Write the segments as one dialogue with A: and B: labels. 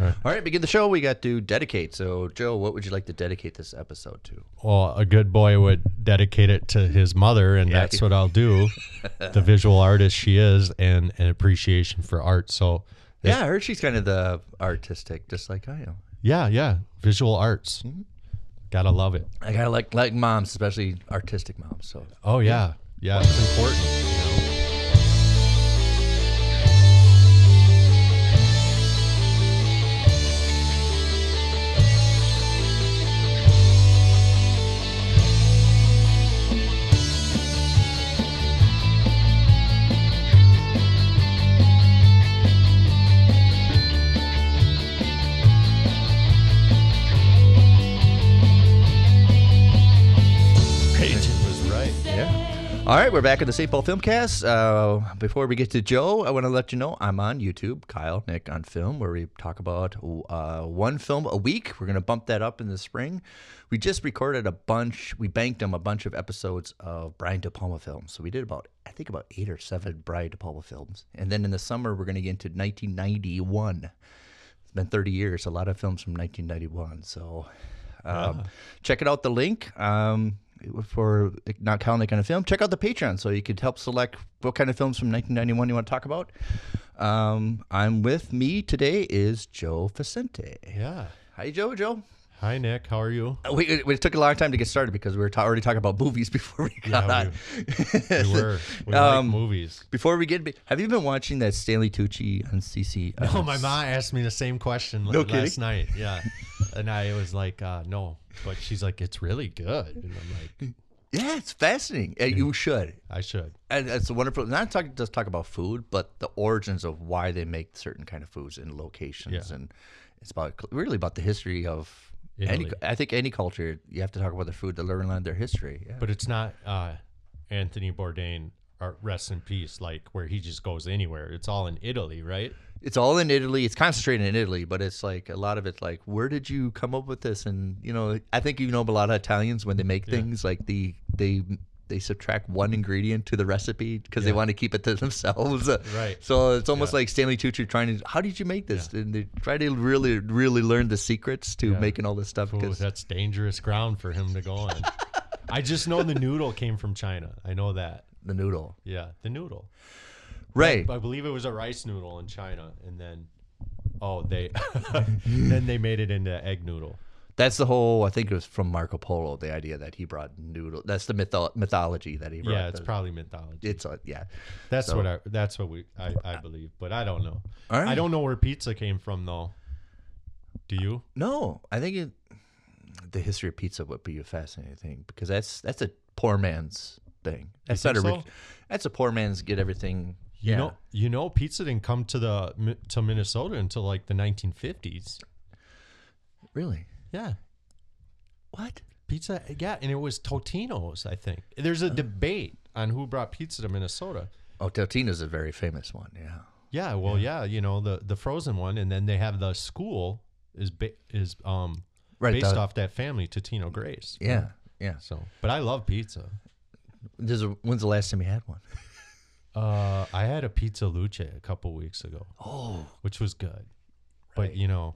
A: All right, begin the show. We got to dedicate. So, Joe, what would you like to dedicate this episode to?
B: Well, a good boy would dedicate it to his mother, and that's what I'll do. the visual artist she is, and an appreciation for art. So,
A: Yeah, I heard she's kind of the artistic, just like I am.
B: yeah, yeah, visual arts.
A: Mm-hmm.
B: Gotta love it.
A: I kind of like like moms, especially artistic moms. So,
B: Oh, yeah. Yeah, it's important. you know.
C: Peyton was right.
A: yeah. All right, we're back at the St. Paul Filmcast. Uh, before we get to Joe, I want to let you know I'm on YouTube, Kyle Nick on Film, where we talk about uh, one film a week. We're going to bump that up in the spring. We just recorded a bunch, we banked them a bunch of episodes of Brian De Palma films. So we did about, I think, about eight or seven Brian De Palma films. And then in the summer, we're going to get into 1991. It's been 30 years, a lot of films from 1991. So
B: Uh-huh.
A: um, check it out, the link um, for Not Counting Kind of Film. Check out the Patreon so you could help select what kind of films from 1991 you want to talk about. Um, I'm with me today is Joe Facente.
B: Yeah.
A: Hi, Joe, Joe.
B: Hi, Nick. How are you?
A: Uh, We, we- it took a long time to get started because we were ta- already talking about movies before we got
B: Yeah,
A: on.
B: We were. We
A: Um,
B: like movies.
A: Before we get, have you been watching that Stanley Tucci on CC? uh,
B: Oh, my mom asked me the same question
A: No
B: l- last
A: kidding.
B: night. Yeah. and I was like, uh, no. But she's like, it's really good. And I'm like,
A: Yeah, it's fascinating. Uh, You should.
B: I should.
A: and it's a wonderful not talk, just talk about food but the origins of why they make certain kind of foods and locations
B: Yeah.
A: and it's about really about the history of any
B: Italy.
A: i think any culture you have to talk about their food to learn their history yeah.
B: But it's not uh, Anthony Bourdain, or rest in peace, like where he just goes anywhere. It's all in Italy, right?
A: it's all in italy it's concentrated in italy but it's like a lot of it's like where did you come up with this and you know i think you know a lot of italians when they make things like the they they subtract one ingredient to the recipe because they
B: Yeah.
A: want to keep it to themselves
B: Right.
A: So it's almost like Stanley Tucci trying to, how did you make this? And they try to really, really learn the secrets to making all this stuff.
B: Ooh,
A: 'cause-
B: that's dangerous ground for him to go on. I just know the noodle came from China. I know that.
A: the noodle,
B: Yeah, the noodle.
A: right?
B: I believe it was a rice noodle in China, and then oh, they then they made it into egg noodle.
A: That's the whole. I think it was from Marco Polo. The idea that he brought noodle. That's the mytho- mythology that he brought.
B: Yeah, it's
A: the-
B: probably mythology.
A: It's uh, yeah.
B: That's what I. That's what we. I, I believe, but I don't know.
A: All right.
B: I don't know where pizza came from though. Do you?
A: No, I think it, the history of pizza would be a fascinating thing because that's that's a poor man's thing. That's
B: think
A: not a
B: so?
A: rich. That's a poor man's get everything.
B: You
A: yeah.
B: know, you know, pizza didn't come to the Mi- to Minnesota until like the 1950s.
A: really?
B: Yeah,
A: What?
B: pizza. Yeah, and it was Totino's. I think there's
A: Uh.
B: a debate on who brought pizza to Minnesota.
A: Oh, Totino's a very famous one. Yeah.
B: Yeah, well, yeah, you know the the frozen one, and then they have the school is ba- is um
A: Right,
B: based
A: the-
B: off that family Totino Grace.
A: Yeah. Yeah.
B: So, but I love pizza.
A: There's a, when's the last time you had one?
B: Uh, I had a pizza luce a couple weeks ago,
A: Oh,
B: which was good. But you know,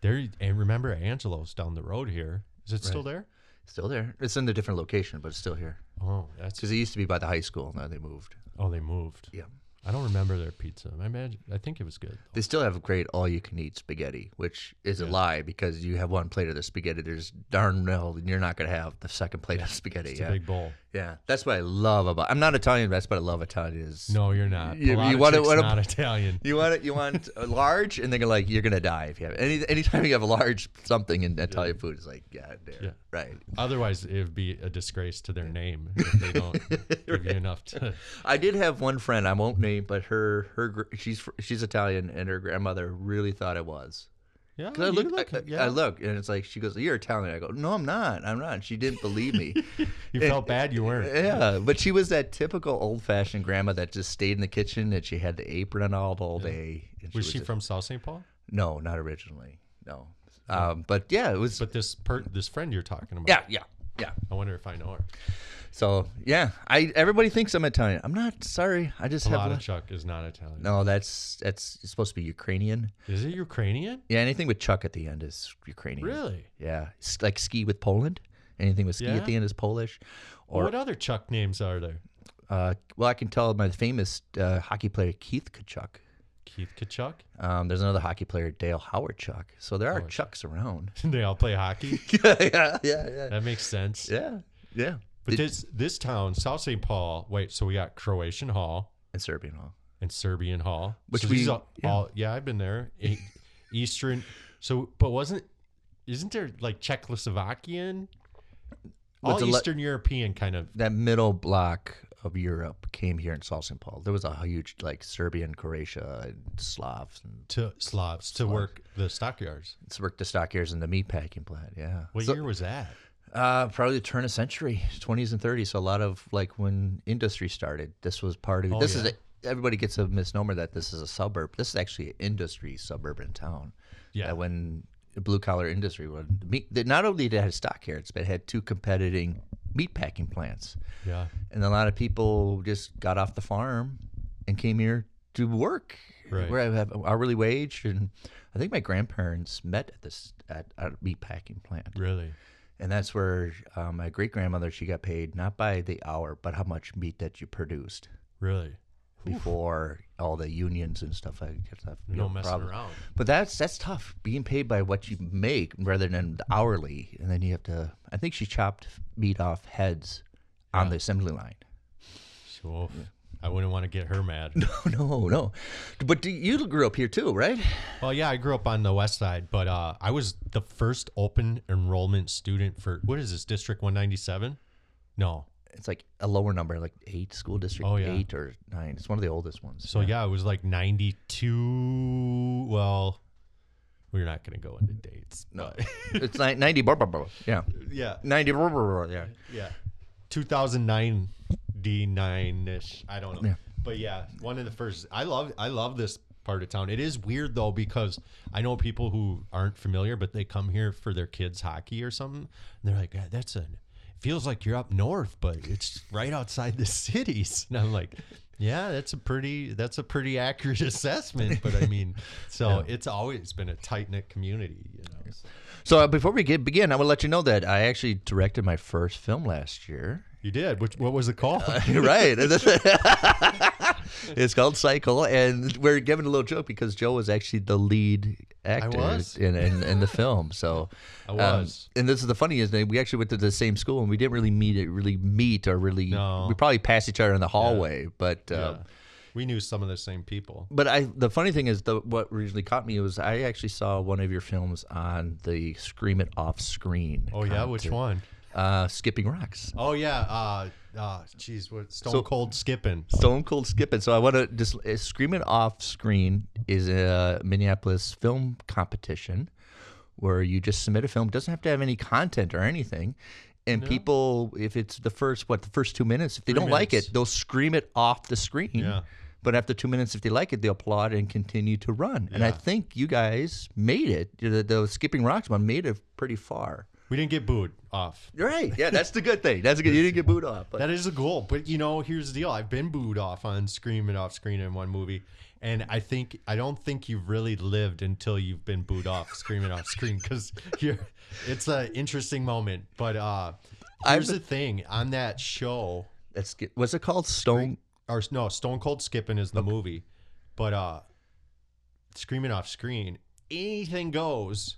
B: there and remember Angelo's down the road here. Is it still there?
A: still there. It's in a different location, but it's still here.
B: Oh, that's
A: Because it used to be by the high school, now they moved.
B: oh they moved.
A: Yeah.
B: I don't remember their pizza. I imagine I think it was good.
A: They still have great all you can eat spaghetti, which is a lie because you have one plate of the spaghetti. There's darn well you're not going to have the second plate of spaghetti.
B: It's
A: Yeah.
B: a big bowl.
A: yeah. That's what I love about I'm not Italian, but that's what I love Italian is.
B: No, you're not.
A: You- you
B: Pilato
A: wanna-
B: chick's
A: wanna-
B: not Italian.
A: You want it, you want a large, and they're gonna like you're gonna die if you have any anytime you have a large something in Italian food. It's like God damn,
B: Yeah.
A: right?
B: Otherwise, it would be a disgrace to their name if they don't give you enough to.
A: I did have one friend I won't name, but her her gr- she's fr- she's Italian, and her grandmother really thought I was.
B: Yeah,
A: 'Cause I
B: Oh, you
A: look, I,
B: yeah.
A: I look, and it's like she goes, "You're Italian." I go, "No, I'm not. I'm not." She didn't believe me.
B: you felt bad you weren't.
A: yeah, but she was that typical old-fashioned grandma that just stayed in the kitchen and she had the apron on all, all day. and
B: Was she
A: a-
B: from South St. Paul?
A: No,
B: Oh.
A: not originally. No, um, but yeah, it was.
B: But this per, this friend you're talking about.
A: yeah, yeah, Yeah.
B: I wonder if I know her.
A: So yeah, I everybody thinks I'm Italian. I'm not. Sorry, I just have. le-
B: Paladichuk is not Italian.
A: no, that's that's it's supposed to be Ukrainian.
B: Is it Ukrainian?
A: Yeah, anything with Chuck at the end is Ukrainian.
B: Really?
A: Yeah, S- like ski with Poland. Anything with ski
B: Yeah.
A: at the end is Polish. Or
B: what other Chuck names are there?
A: uh, well, I can tell by the famous uh, hockey player Keith Kachuk.
B: Keith Kachuk.
A: Um, there's another hockey player Dale Howard Chuck. So there are
B: Oh,
A: Chucks around.
B: they all play hockey.
A: yeah, yeah, yeah,
B: That makes sense.
A: yeah, yeah.
B: But this this town, South St. Paul. Wait, so we got Croatian Hall
A: And Serbian Hall.
B: and Serbian Hall.
A: Which
B: so these
A: we-
B: are all, yeah. I've been there. E- Eastern. So, but wasn't isn't there like Czechoslovakian? All
A: With the le-
B: Eastern European kind of.
A: That middle block of Europe came here in South St. Paul. There was a huge like Serbian, Croatia, and Slavs, and
B: To Slavs to work the stockyards.
A: it's worked the stockyards and the meatpacking plant. Yeah,
B: What
A: So-
B: year was that?
A: Uh, probably the turn of century, twenties and thirties. So a lot of like when industry started, this was part of.
B: Oh,
A: this
B: yeah.
A: is a, everybody gets a misnomer that this is a suburb. This is actually an industry suburban town.
B: Yeah.
A: That when blue collar industry was meat, that not only did it have stockyards, but it had two competing meat packing plants,
B: Yeah.
A: and a lot of people just got off the farm and came here to work.
B: Right.
A: Where I have hourly wage, and I think my grandparents met at this at a meat packing plant
B: Really.
A: and that's where uh, my great grandmother she got paid not by the hour but how much meat that you produced
B: Really.
A: before all the unions and stuff like that. you
B: No
A: know,
B: messing
A: problem.
B: around.
A: But that's that's tough being paid by what you make rather than the hourly, and then you have to. I think she chopped meat off heads on the assembly line.
B: So I wouldn't want to get her mad.
A: Oh no, no. But do- you grew up here too, right?
B: Well, yeah, I grew up on the west side, but uh, I was the first open enrollment student for what is this district 197? No,
A: It's like a lower number, like eight school district,
B: Oh, yeah.
A: eight or nine. It's one of the oldest ones.
B: so yeah, it was like 92. Well, we're not gonna go into dates.
A: no, it's ni- ninety. Blah, blah, blah. Yeah,
B: Yeah,
A: ninety. Blah, blah, blah, yeah.
B: yeah, 2009 D9 ish. I don't know,
A: Yeah.
B: but yeah, one of the first. I love I love this part of town. It is weird though because I know people who aren't familiar, but they come here for their kids hockey or something, and they're like, "Ah, "That's a feels like you're up north, but it's right outside the cities." And I'm like. Yeah, that's a pretty that's a pretty accurate assessment, but I mean, so it's always been a tight knit community, you know. so.
A: So uh, before we get begin, I will let you know that I actually directed my first film last year.
B: You did. Which what was the call?
A: You're right. it's called Cycle, and we're giving a little joke because Joe was actually the lead actor
B: was.
A: In, in in the film. So um,
B: I was.
A: and this is the funny is that we actually went to the same school, and we didn't really meet really meet or really.
B: No.
A: We probably passed each other in the hallway, but. Uh,
B: Yeah. we knew some of the same people.
A: But I, the funny thing is, the, what originally caught me was I actually saw one of your films on the Scream It Off Screen.
B: Oh yeah, which one?
A: Uh, Skipping Rocks.
B: Oh yeah, uh, uh, geez, what Stone
A: So-
B: Cold Skipping?
A: Stone Cold Skipping. So I want to just uh, Scream It Off Screen is a Minneapolis film competition where you just submit a film. Doesn't have to have any content or anything. And people, if it's the first what the first two minutes, if they do don't like
B: minutes.
A: it, they'll scream it off the screen.
B: Yeah.
A: But after two minutes, if they like it, they applaud and continue to run. And I
B: Yeah.
A: think you guys made it. The, the Skipping Rocks one made it pretty far.
B: We didn't get booed off.
A: You're right. Yeah, that's the good thing. That's a good. You didn't get booed off. But
B: That is a goal, but you know, here's the deal: I've been booed off on Scream and off screen in one movie, and I think I don't think you've really lived until you've been booed off Scream and off screen because you're. It's an interesting moment, but uh, here's the thing: on that show,
A: that's good. what's it called? Stone.
B: or no, Stone Cold Skipping is the movie, but uh, screaming off screen, anything goes,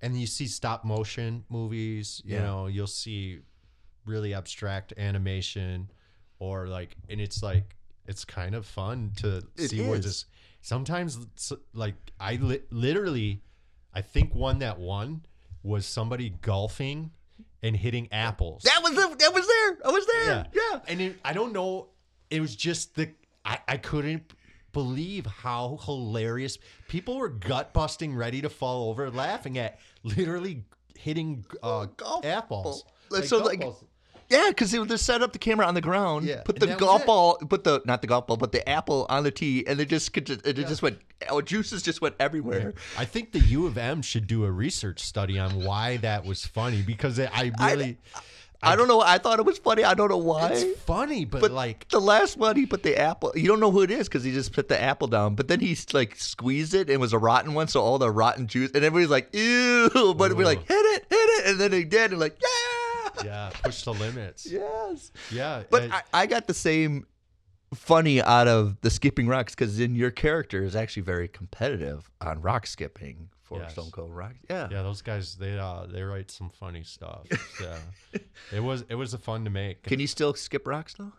B: and you see stop motion movies. You
A: Yeah.
B: know, you'll see really abstract animation, or like, and it's like it's kind of fun to
A: It
B: see where
A: is.
B: this. Sometimes, s- like I li- literally, I think one that won was somebody golfing and hitting apples.
A: That was the, that was there. I was there. Yeah.
B: And it, I don't know. It was just the I, I couldn't believe how hilarious people were gut busting, ready to fall over, laughing at literally hitting uh,
A: golf
B: golf apples.
A: ball. So,
B: golf
A: like-
B: balls.
A: Yeah, because they would just set up the camera on the ground,
B: Yeah,
A: put
B: and
A: the
B: that was
A: golf
B: it.
A: ball, put the not the golf ball, but the apple on the tee, and they just could just, it just went. Oh, juices just went everywhere.
B: I think the U of M should do a research study on why that was funny because it, I really
A: I don't know. I thought it was funny. I don't know why.
B: it's funny, but,
A: but
B: like
A: the last one, he put the apple. You don't know who it is because he just put the apple down. But then he like squeezed it and it was a rotten one, so all the rotten juice and everybody's like, "Ew!" But we're like, "Hit it, hit it!" And then he did, and like, "Yeah,
B: yeah, push the limits. Yeah,
A: yes." But I, I got the same funny out of the skipping rocks because then your character is actually very competitive on rock skipping for
B: Yes.
A: Stone Cold Rock. Yeah.
B: yeah, those guys they uh, they write some funny stuff. So it was it was a fun to make.
A: Can you still skip rocks though?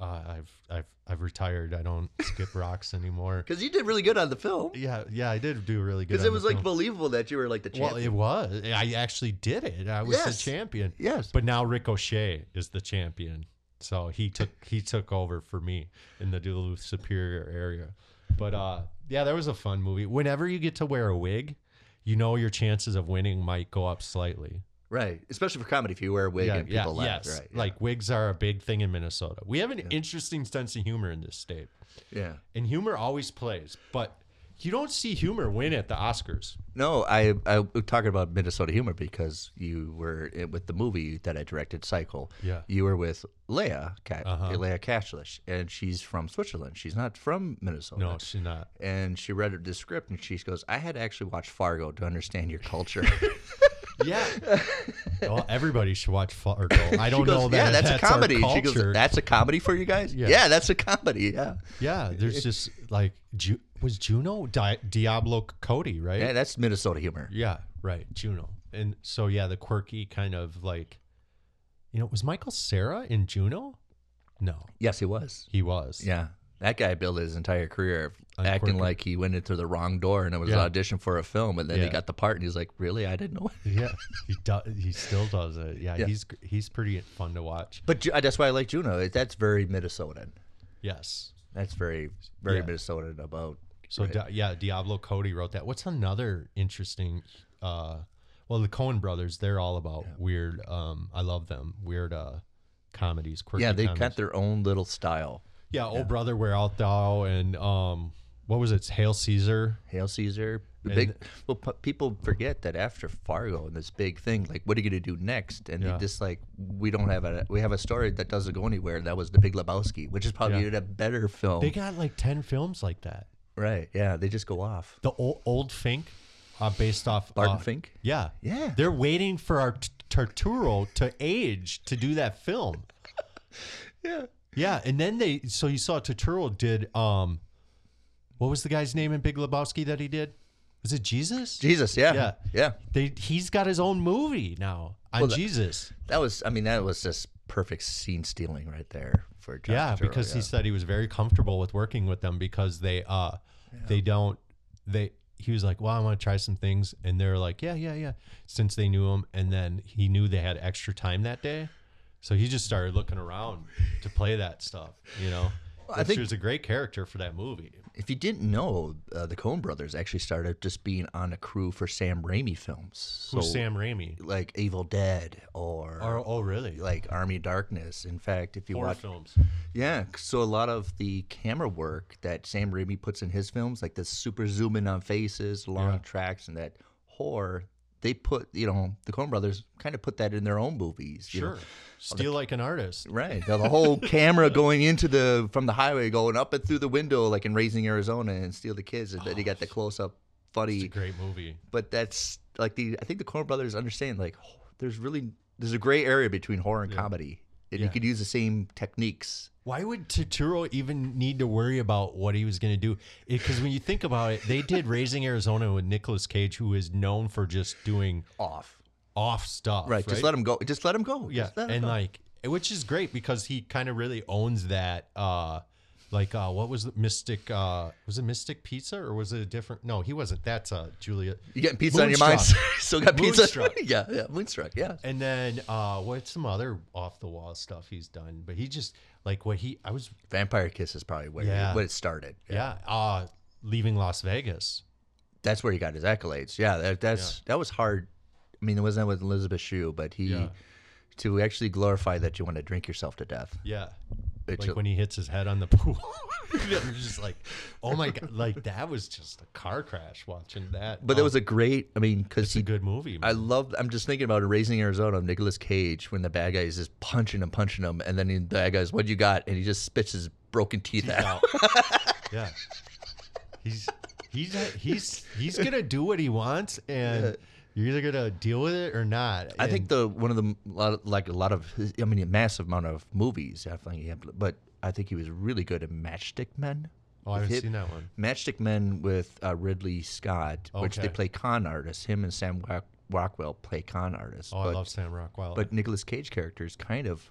B: uh, I've I've I've retired. I don't skip rocks anymore.
A: Because you did really good on the film.
B: Yeah, yeah, I did do really good.
A: Because
B: on
A: it
B: the
A: was like
B: film.
A: believable that you were like the champion.
B: well, it was. I actually did it. I was the
A: Yes.
B: champion.
A: Yes.
B: But now Ricochet is the champion, so he took he took over for me in the Duluth Superior area. But uh, yeah, that was a fun movie. Whenever you get to wear a wig, you know your chances of winning might go up slightly.
A: Right, especially for comedy, if you wear a wig and people laugh. Right, yeah.
B: Like wigs are a big thing in Minnesota. We have an interesting sense of humor in this state,
A: yeah.
B: and humor always plays. But you don't see humor win at the Oscars.
A: No, I I was talking about Minnesota humor because you were in- with the movie that I directed, Cycle.
B: Yeah.
A: you were with Leia, Ka-
B: Uh-huh.
A: Leia Kashlish, and she's from Switzerland. She's not from Minnesota.
B: No, she's not.
A: And she read the script and she goes, "I had to actually watch Fargo to understand your culture."
B: Yeah. well, everybody should watch Fargo. I
A: She
B: don't
A: goes,
B: know that.
A: Yeah, that's, a
B: our
A: comedy. She goes,
B: culture.
A: "That's a comedy for you guys."
B: Yeah.
A: yeah that's a comedy. Yeah.
B: yeah, there's just like Ju- was Juno Di- Diablo Cody, right?
A: Yeah, that's Minnesota humor.
B: Yeah, right, Juno. And so yeah, the quirky kind of like, you know, was Michael Sarah in Juno? No,
A: Yes, it was.
B: he was.
A: Yeah. That guy built his entire career of acting
B: Unquirky.
A: like he went into the wrong door and it was an
B: Yeah.
A: audition for a film and then he
B: Yeah.
A: got the part and he's like, Really? I didn't know it.
B: yeah. He does. He still does it. Yeah,
A: Yeah.
B: he's he's pretty fun to watch.
A: But Ju- that's why I like Juno. It- That's very Minnesotan.
B: Yes.
A: That's very very
B: Yeah.
A: Minnesotan about
B: So Di- yeah, Diablo Cody wrote that. What's another interesting? Uh, well, the Cohen brothers, they're all about weird. Um, I love them. Weird uh, comedies. Quirky
A: Yeah, they
B: comedies.
A: got their own little style.
B: yeah, Oh Brother, Where Art Thou? And um, what was it? Hail Caesar.
A: Hail Caesar. The big well p- people forget that after Fargo and this big thing, like what are you gonna do next? And
B: Yeah.
A: they just like we don't have a we have a story that doesn't go anywhere, and that was the Big Lebowski, which is probably
B: Yeah.
A: a better film.
B: They got like ten films like that.
A: right. Yeah, they just go off.
B: The old, old Fink, uh, based off
A: Barton
B: uh,
A: Fink?
B: Yeah,
A: Yeah.
B: They're waiting for our t- Tarturo to age to do that film.
A: Yeah.
B: Yeah, and then they so you saw Turturro did um what was the guy's name in Big Lebowski that he did? Was it Jesus?
A: Jesus, yeah.
B: Yeah.
A: Yeah.
B: They he's got his own movie now on
A: that-
B: Jesus.
A: That was I mean, that was just perfect scene stealing right there for John
B: Yeah,
A: Turturro,
B: because he said he was very comfortable with working with them because they uh they don't they he was like, "Well, I want to try some things." And they're like, "Yeah, yeah, yeah." Since they knew him and then he knew they had extra time that day. So he just started looking around to play that stuff, you know.
A: I
B: Which
A: think-
B: was a great character for that movie.
A: If you didn't know, uh, the Coen brothers actually started just being on a crew for Sam Raimi films. So
B: Who's Sam Raimi?
A: like Evil Dead or,
B: Oh, oh really?
A: like Army of Darkness. In fact, if you
B: Horror
A: watch
B: films.
A: Yeah, so a lot of the camera work that Sam Raimi puts in his films, like the super zoom in on faces, long tracks, and that horror, they put, you know, the Coen brothers kind of put that in their own movies. you know.
B: Sure. Steal like an artist.
A: Right. The, the whole camera going into the from the highway, going up and through the window, like in Raising Arizona, and steal the kids, and then you got
B: Oh.
A: the close up,
B: It's a
A: funny.
B: great movie.
A: But that's like the I think the Coen Brothers understand like h- there's really there's a gray area between horror and comedy, and you
B: Yeah.
A: could use the same techniques.
B: Why would Turturro even need to worry about what he was going to do? Because when you think about it, they did Raising Arizona with Nicolas Cage, who is known for just doing
A: Off.
B: off stuff.
A: Right. Just let him go. Just let him go.
B: Yeah,
A: Just let 'em
B: and
A: go.
B: like, which is great because he kind of really owns that. uh Like, uh what was the Mystic? uh Was it Mystic Pizza or was it a different? No, he wasn't. That's uh Julia.
A: you getting pizza on your mind? Still got pizza.
B: Moonstruck.
A: yeah. Yeah. Moonstruck. Yeah.
B: And then uh what's some other off the wall stuff he's done? But he just like what he I was
A: Vampire Kiss is probably where
B: Yeah.
A: what it started.
B: yeah, uh leaving Las Vegas.
A: that's where he got his accolades. Yeah, that, that's that was hard. I mean, it wasn't with Elizabeth Shue, but he
B: Yeah.
A: to actually glorify that you want to drink yourself to death.
B: Yeah.
A: It's
B: like
A: a-
B: when he hits his head on the pool. I'm just like, oh my god! Like that was just a car crash. Watching that,
A: But
B: oh,
A: that was a great. I mean, because
B: it's a
A: he.
B: good movie.
A: I
B: Man.
A: love. I'm just thinking about Raising Arizona. Nicholas Cage when the bad guy is just punching him, punching him, and then he, the bad guy's, "What you got?" And he just spits his broken teeth
B: He's
A: out.
B: out. yeah, he's he's he's he's gonna do what he wants, and you're either gonna deal with it or not.
A: I think
B: And
A: the one of the lot of- like a lot of his- I mean a massive amount of movies. I think, he had- but I think he was really good in Matchstick Men.
B: oh, I
A: with
B: haven't
A: him-
B: seen that one.
A: Matchstick Men with uh, Ridley Scott, which they
B: Okay.
A: play con artists. Him and Sam Rock- Rockwell play con artists.
B: Oh,
A: but,
B: I love Sam Rockwell.
A: But Nicolas Cage characters kind of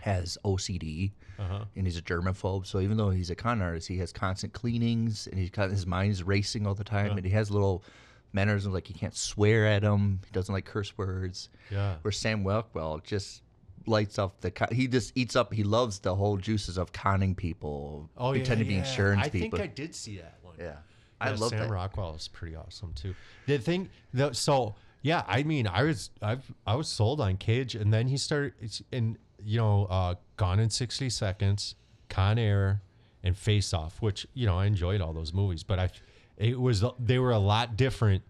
A: has OCD,
B: uh-huh.
A: and he's a germaphobe. So even though he's a con artist, he has constant cleanings, and he's got his mind's racing all the time, and he has little mannerisms like he can't swear at him, he doesn't like curse words
B: yeah,
A: where Sam Rockwell just lights up the con- he just eats up he loves the whole juices of conning people
B: oh
A: pretending to be insurance
B: I
A: people
B: think I did see that one.
A: yeah i
B: Yeah,
A: love
B: Sam
A: that
B: Rockwell is pretty awesome too. The thing, the, so yeah, I mean, I was I've I was sold on Cage, and then he started it's- and you know, uh, Gone in sixty seconds, Con Air, and Face Off, which you know I enjoyed all those movies, but I it was they were a lot different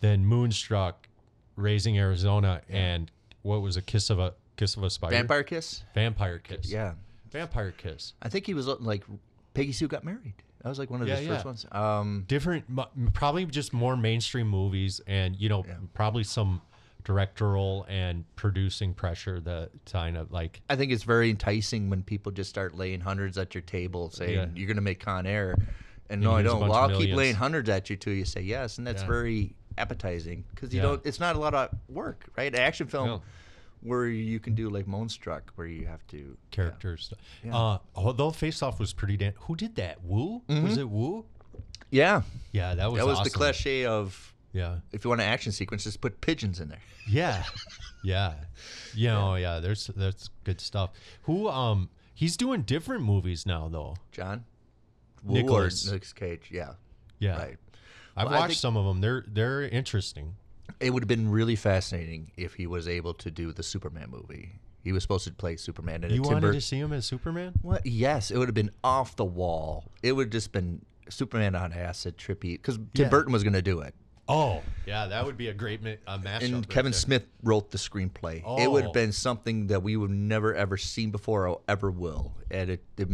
B: than Moonstruck, Raising Arizona, and what was a Kiss of a Kiss of a Spider,
A: vampire kiss
B: Vampire Kiss,
A: yeah
B: Vampire Kiss.
A: i think he was uh, like peggy sue got married that was like one of
B: Yeah,
A: his first
B: yeah.
A: ones um
B: different mu- probably just more mainstream movies and you know probably some directorial and producing pressure that kind of like
A: i think it's very enticing when people just start laying hundreds at your table saying
B: Yeah.
A: you're gonna make con air and no i
B: here's a
A: don't
B: bunch
A: well
B: of
A: i'll keep
B: millions.
A: laying hundreds at you till you say yes and that's
B: Yeah.
A: very appetizing because you
B: Yeah.
A: don't it's not a lot of work right An action film
B: No.
A: where you can do like Moonstruck, where you have to
B: characters uh although face off was pretty damn who did that woo was it woo
A: Yeah,
B: yeah that
A: Mm-hmm.
B: was
A: that was the
B: awesome.
A: cliche of
B: yeah
A: if you want an action sequence, just put pigeons in there.
B: yeah yeah you know yeah there's that's good stuff who um he's doing different movies now though
A: John, Woo or
B: Nicholas.
A: Nicolas Cage. Yeah,
B: yeah
A: right.
B: i've
A: Well, I
B: watched
A: think-
B: some of them they're they're interesting
A: It would have been really fascinating if he was able to do the Superman movie. He was supposed to play Superman in
B: you
A: a
B: wanted
A: Timber.
B: to see him as superman
A: What? Yes, it would have been off the wall. It would have just been Superman on acid, trippy. Because Tim
B: Yeah.
A: Burton was going to do it.
B: Oh, yeah, that would be a great ma- a mashup.
A: and
B: right
A: Kevin
B: there.
A: Smith wrote the screenplay. It would
B: Oh.
A: have been something that we would never ever seen before or ever will. And it, it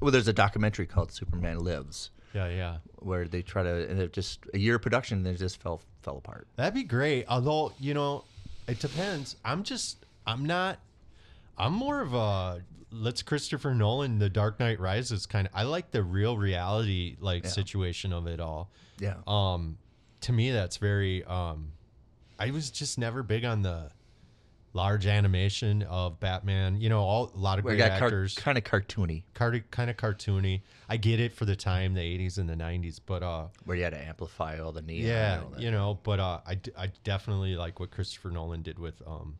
A: well, there's a documentary called Superman Lives
B: Yeah, yeah,
A: where they try to and it just a year of production and it just fell fell apart.
B: that'd be great. Although you know, it depends. I'm just, I'm not. I'm more of a let's Christopher Nolan, The Dark Knight Rises kind of. I like the real reality like situation of it all.
A: Yeah,
B: Um, to me, that's very. Um, I was just never big on the large animation of Batman. You know, all a lot of
A: where it
B: great
A: got car-
B: actors.
A: kind of cartoony
B: Cart- kind of cartoony. I get it for the time, the 80s and the 90s, but uh,
A: where you had to amplify all the neon.
B: yeah,
A: and all that.
B: you know, but uh, I, d- I definitely like what Christopher Nolan did with um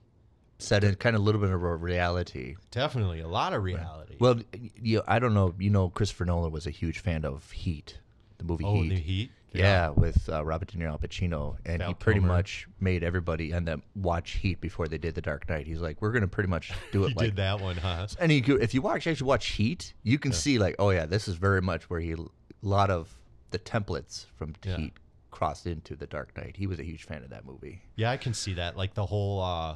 A: set in kind of a little bit of a reality.
B: definitely a lot of reality.
A: Well, you I don't know. You know, Christopher Nolan was a huge fan of Heat, the movie
B: oh,
A: Heat.
B: the Heat,
A: Yeah, with uh, Robert De Niro, Al Pacino, and
B: Val
A: he pretty
B: Kilmer.
A: much made everybody end up watch Heat before they did The Dark Knight. He's like, we're gonna pretty much do
B: he
A: it like.
B: did that one, huh?
A: And he, go- if you watch actually watch Heat, you can see like, oh yeah, this is very much where he a lot of the templates from
B: Yeah.
A: Heat crossed into The Dark Knight. He was a huge fan of that movie.
B: Yeah, I can see that. Like the whole uh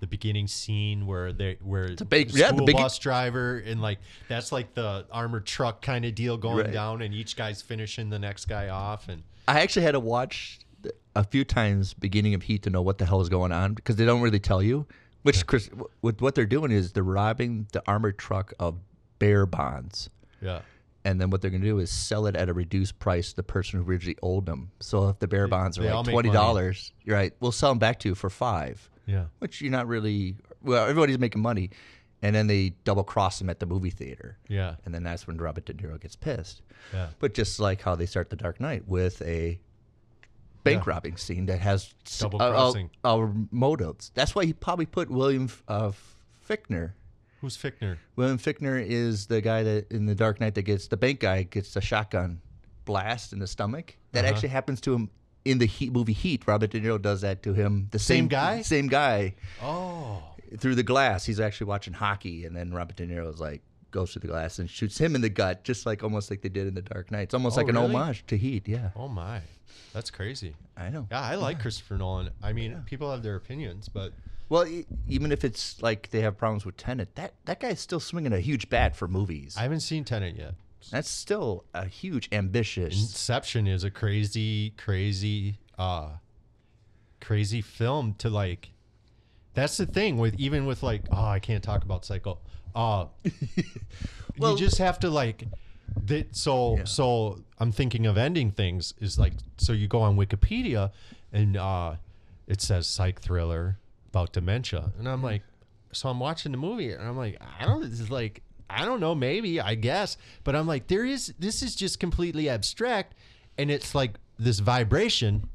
B: the beginning scene where they where the
A: big-
B: school
A: yeah, the big-
B: bus driver and like that's like the armored truck kind of deal going
A: Right.
B: down, and each guy's finishing the next guy off, and
A: I actually had to watch th- a few times beginning of Heat to know what the hell is going on because they don't really tell you. Which Chris, w- with what they're doing is they're robbing the armored truck of bear bonds.
B: yeah.
A: and then what they're going to do is sell it at a reduced price to the person who originally owned them. So if the bear bonds are
B: they all
A: like
B: make
A: twenty dollars, you're right, we'll sell them back to you for five,
B: Yeah.
A: which you're not really. Well, everybody's making money, and then they double cross them at the movie theater,
B: Yeah.
A: and then that's when Robert De Niro gets pissed.
B: Yeah.
A: But just like how they start The Dark Knight with a bank robbing scene that has s-
B: Double
A: uh, uh,
B: crossing.
A: uh, motives. That's why he probably put William F- uh, Fickner
B: Who's Fickner?
A: William Fickner is the guy that in the Dark Knight that gets the bank guy gets the shotgun blast in the stomach.
B: Uh-huh.
A: That actually happens to him in the heat movie Heat. Robert De Niro does that to him. The same,
B: guy?
A: Same guy.
B: Oh.
A: through the glass. He's actually watching hockey, and then Robert De Niro's like goes through the glass and shoots him in the gut, just like almost like they did in The Dark Knight. It's almost
B: Oh,
A: like an
B: really?
A: homage to Heat. Yeah,
B: Oh my, that's crazy.
A: I know.
B: Yeah, I like Christopher Nolan. I mean, people have their opinions, but
A: Well, e- even if it's like they have problems with Tenet, that that guy's still swinging a huge bat for movies.
B: I haven't seen Tenet yet.
A: That's still a huge ambitious.
B: Inception is a crazy, crazy, uh, crazy film to like. That's the thing with even with like, oh, I can't talk about Psycho. Uh,
A: Well-
B: you just have to like. That, so so I'm thinking of ending things is like so you go on Wikipedia and uh, it says psych thriller about dementia and
A: Hmm.
B: I'm like so I'm watching the movie and I'm like I don't it's like I don't know maybe I guess but I'm like there is this is just completely abstract and it's like this vibration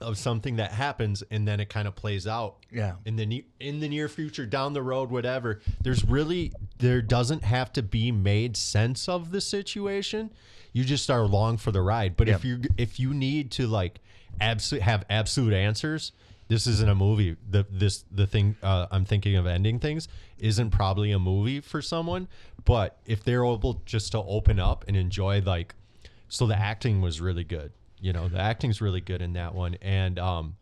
B: of something that happens and then it kind of plays out
A: Yeah.
B: in the ne- in the near future down the road whatever there's really there doesn't have to be made sense of the situation you just are along for the ride but if
A: Yeah.
B: you if you need to like absolute have absolute answers this isn't a movie the this the thing uh, i'm thinking of ending things isn't probably a movie for someone but if they're able just to open up and enjoy like so the acting was really good you know the acting's really good in that one and um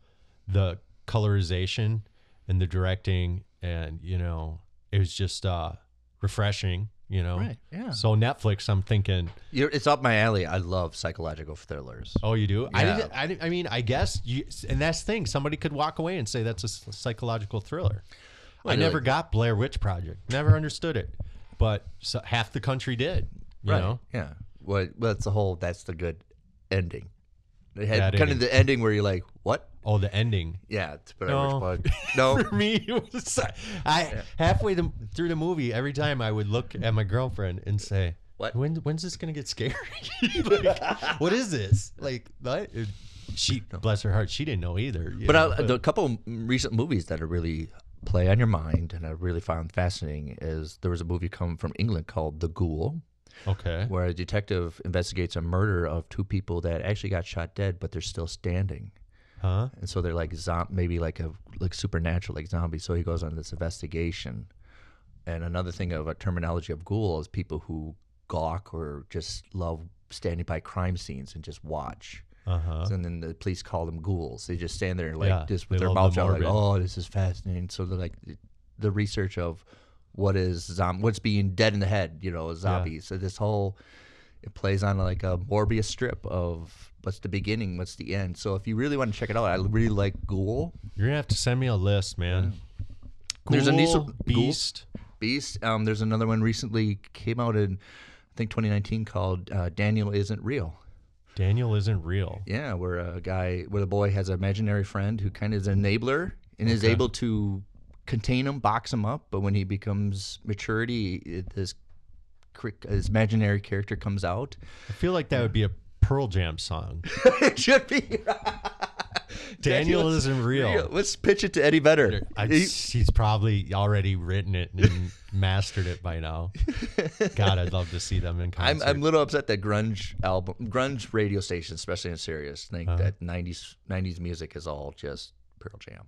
B: the colorization and the directing and you know it was just uh refreshing you know
A: Right, yeah.
B: so netflix i'm thinking
A: You're, it's up my alley. I love psychological thrillers.
B: oh you do I,
A: Yeah.
B: didn't, I didn't- i mean i guess you and that's the thing somebody could walk away and say that's a s- psychological thriller i
A: Literally.
B: never got blair witch project never understood it but so, half the country did you know
A: Yeah. Well, well, it's the whole. That's the good ending. They had
B: That
A: kind
B: ending.
A: of the ending where you're like, "What?
B: oh the ending
A: Yeah." it's- But
B: No.
A: I respond, no.
B: for me it was I halfway the, through the movie every time I would look at my girlfriend and say
A: What?
B: when when's this gonna get scary Like, what is this like what? she bless her heart she didn't know either you
A: But
B: know,
A: I, the couple m- recent movies that are really play on your mind and I really found fascinating is there was a movie come from England called The Ghoul,
B: okay
A: where a detective investigates a murder of two people that actually got shot dead, but they're still standing.
B: huh
A: and so they're like zom- maybe like a like supernatural like zombie so he goes on this investigation and another thing of a terminology of ghoul is people who gawk or just love standing by crime scenes and just watch
B: uh huh
A: and then the police call them ghouls they just stand there like
B: Yeah,
A: just
B: they
A: with their mouth
B: love the
A: out like
B: morbid.
A: oh this is fascinating so they're like the research of what is zom- what's being dead in the head you know zombies so this whole it plays on like a Morbius strip of what's the beginning, what's the end. So if you really want to check it out, I really like Ghoul,
B: you're gonna have to send me a list man
A: There's a nice-
B: Ghoul,
A: Ghoul?
B: beast
A: Beast. Um, there's another one recently came out in I think 2019 called uh, Daniel Isn't Real.
B: Daniel isn't real
A: Yeah, where a guy, where the boy has an imaginary friend who kind of is an enabler and is able to contain him, box him up. But when he becomes maturity, it, this cri- his imaginary character comes out.
B: I feel like that would be a Pearl Jam song
A: it should be
B: Daniel isn't
A: Yeah,
B: real
A: Let's pitch it to Eddie Vedder.
B: I,
A: He-
B: he's probably already written it and mastered it by now. God, I'd love to see them in
A: I'm,
B: concert.
A: I'm a little upset that grunge album, grunge radio stations, especially in Sirius, think
B: Uh-huh.
A: that 90s 90s music is all just Pearl Jam.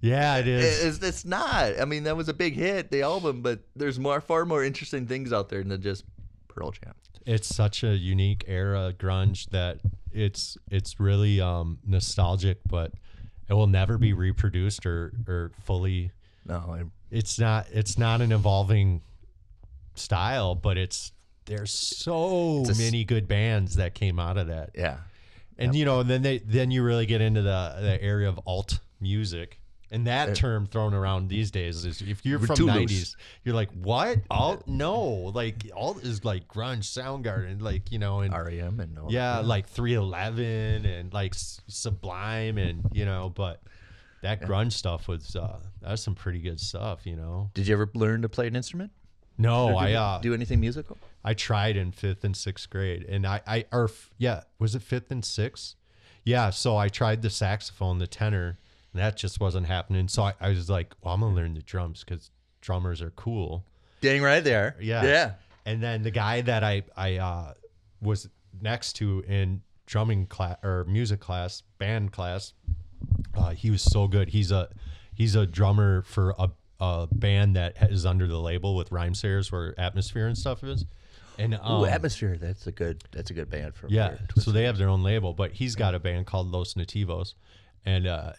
B: yeah, it is.
A: It's, it's not. I mean, that was a big hit, the album, but there's more far more interesting things out there than just Pearl Jam.
B: It's such a unique era grunge that it's it's really um, nostalgic, but it will never be reproduced or or fully.
A: No, and
B: It's not it's not an evolving style, but it's there's so
A: a s-
B: many good bands that came out of that.
A: yeah,
B: and you know, and then they then you really get into the the area of alt music. And that term thrown around these days is if you're
A: We're
B: from
A: too
B: '90s,
A: loose.
B: you're like what alt? No, like alt is like grunge, Soundgarden, like you know, and
A: REM E and no.
B: yeah, like 311 and like S- Sublime, and you know, but that grunge stuff was uh, that's some pretty good stuff, you know.
A: Did you ever learn to play an instrument?
B: No, I uh,
A: Do anything musical?
B: I tried in fifth and sixth grade, and I, I or f- yeah, was it fifth and sixth? Yeah, so I tried the saxophone, the tenor, and that just wasn't happening. So I, I was like, well, I'm gonna learn the drums because drummers are cool.
A: Dang right there.
B: Yeah,
A: yeah.
B: And then the guy that I I uh, was next to in drumming class or music class, band class, uh, he was so good. He's a He's a drummer for a, a band that is under the label with Rhyme Sayers, where Atmosphere and stuff is. And um,
A: Ooh, atmosphere. That's a good. That's a good band from
B: yeah,
A: here.
B: so they have their own label, but he's got a band called Los Nativos, and uh,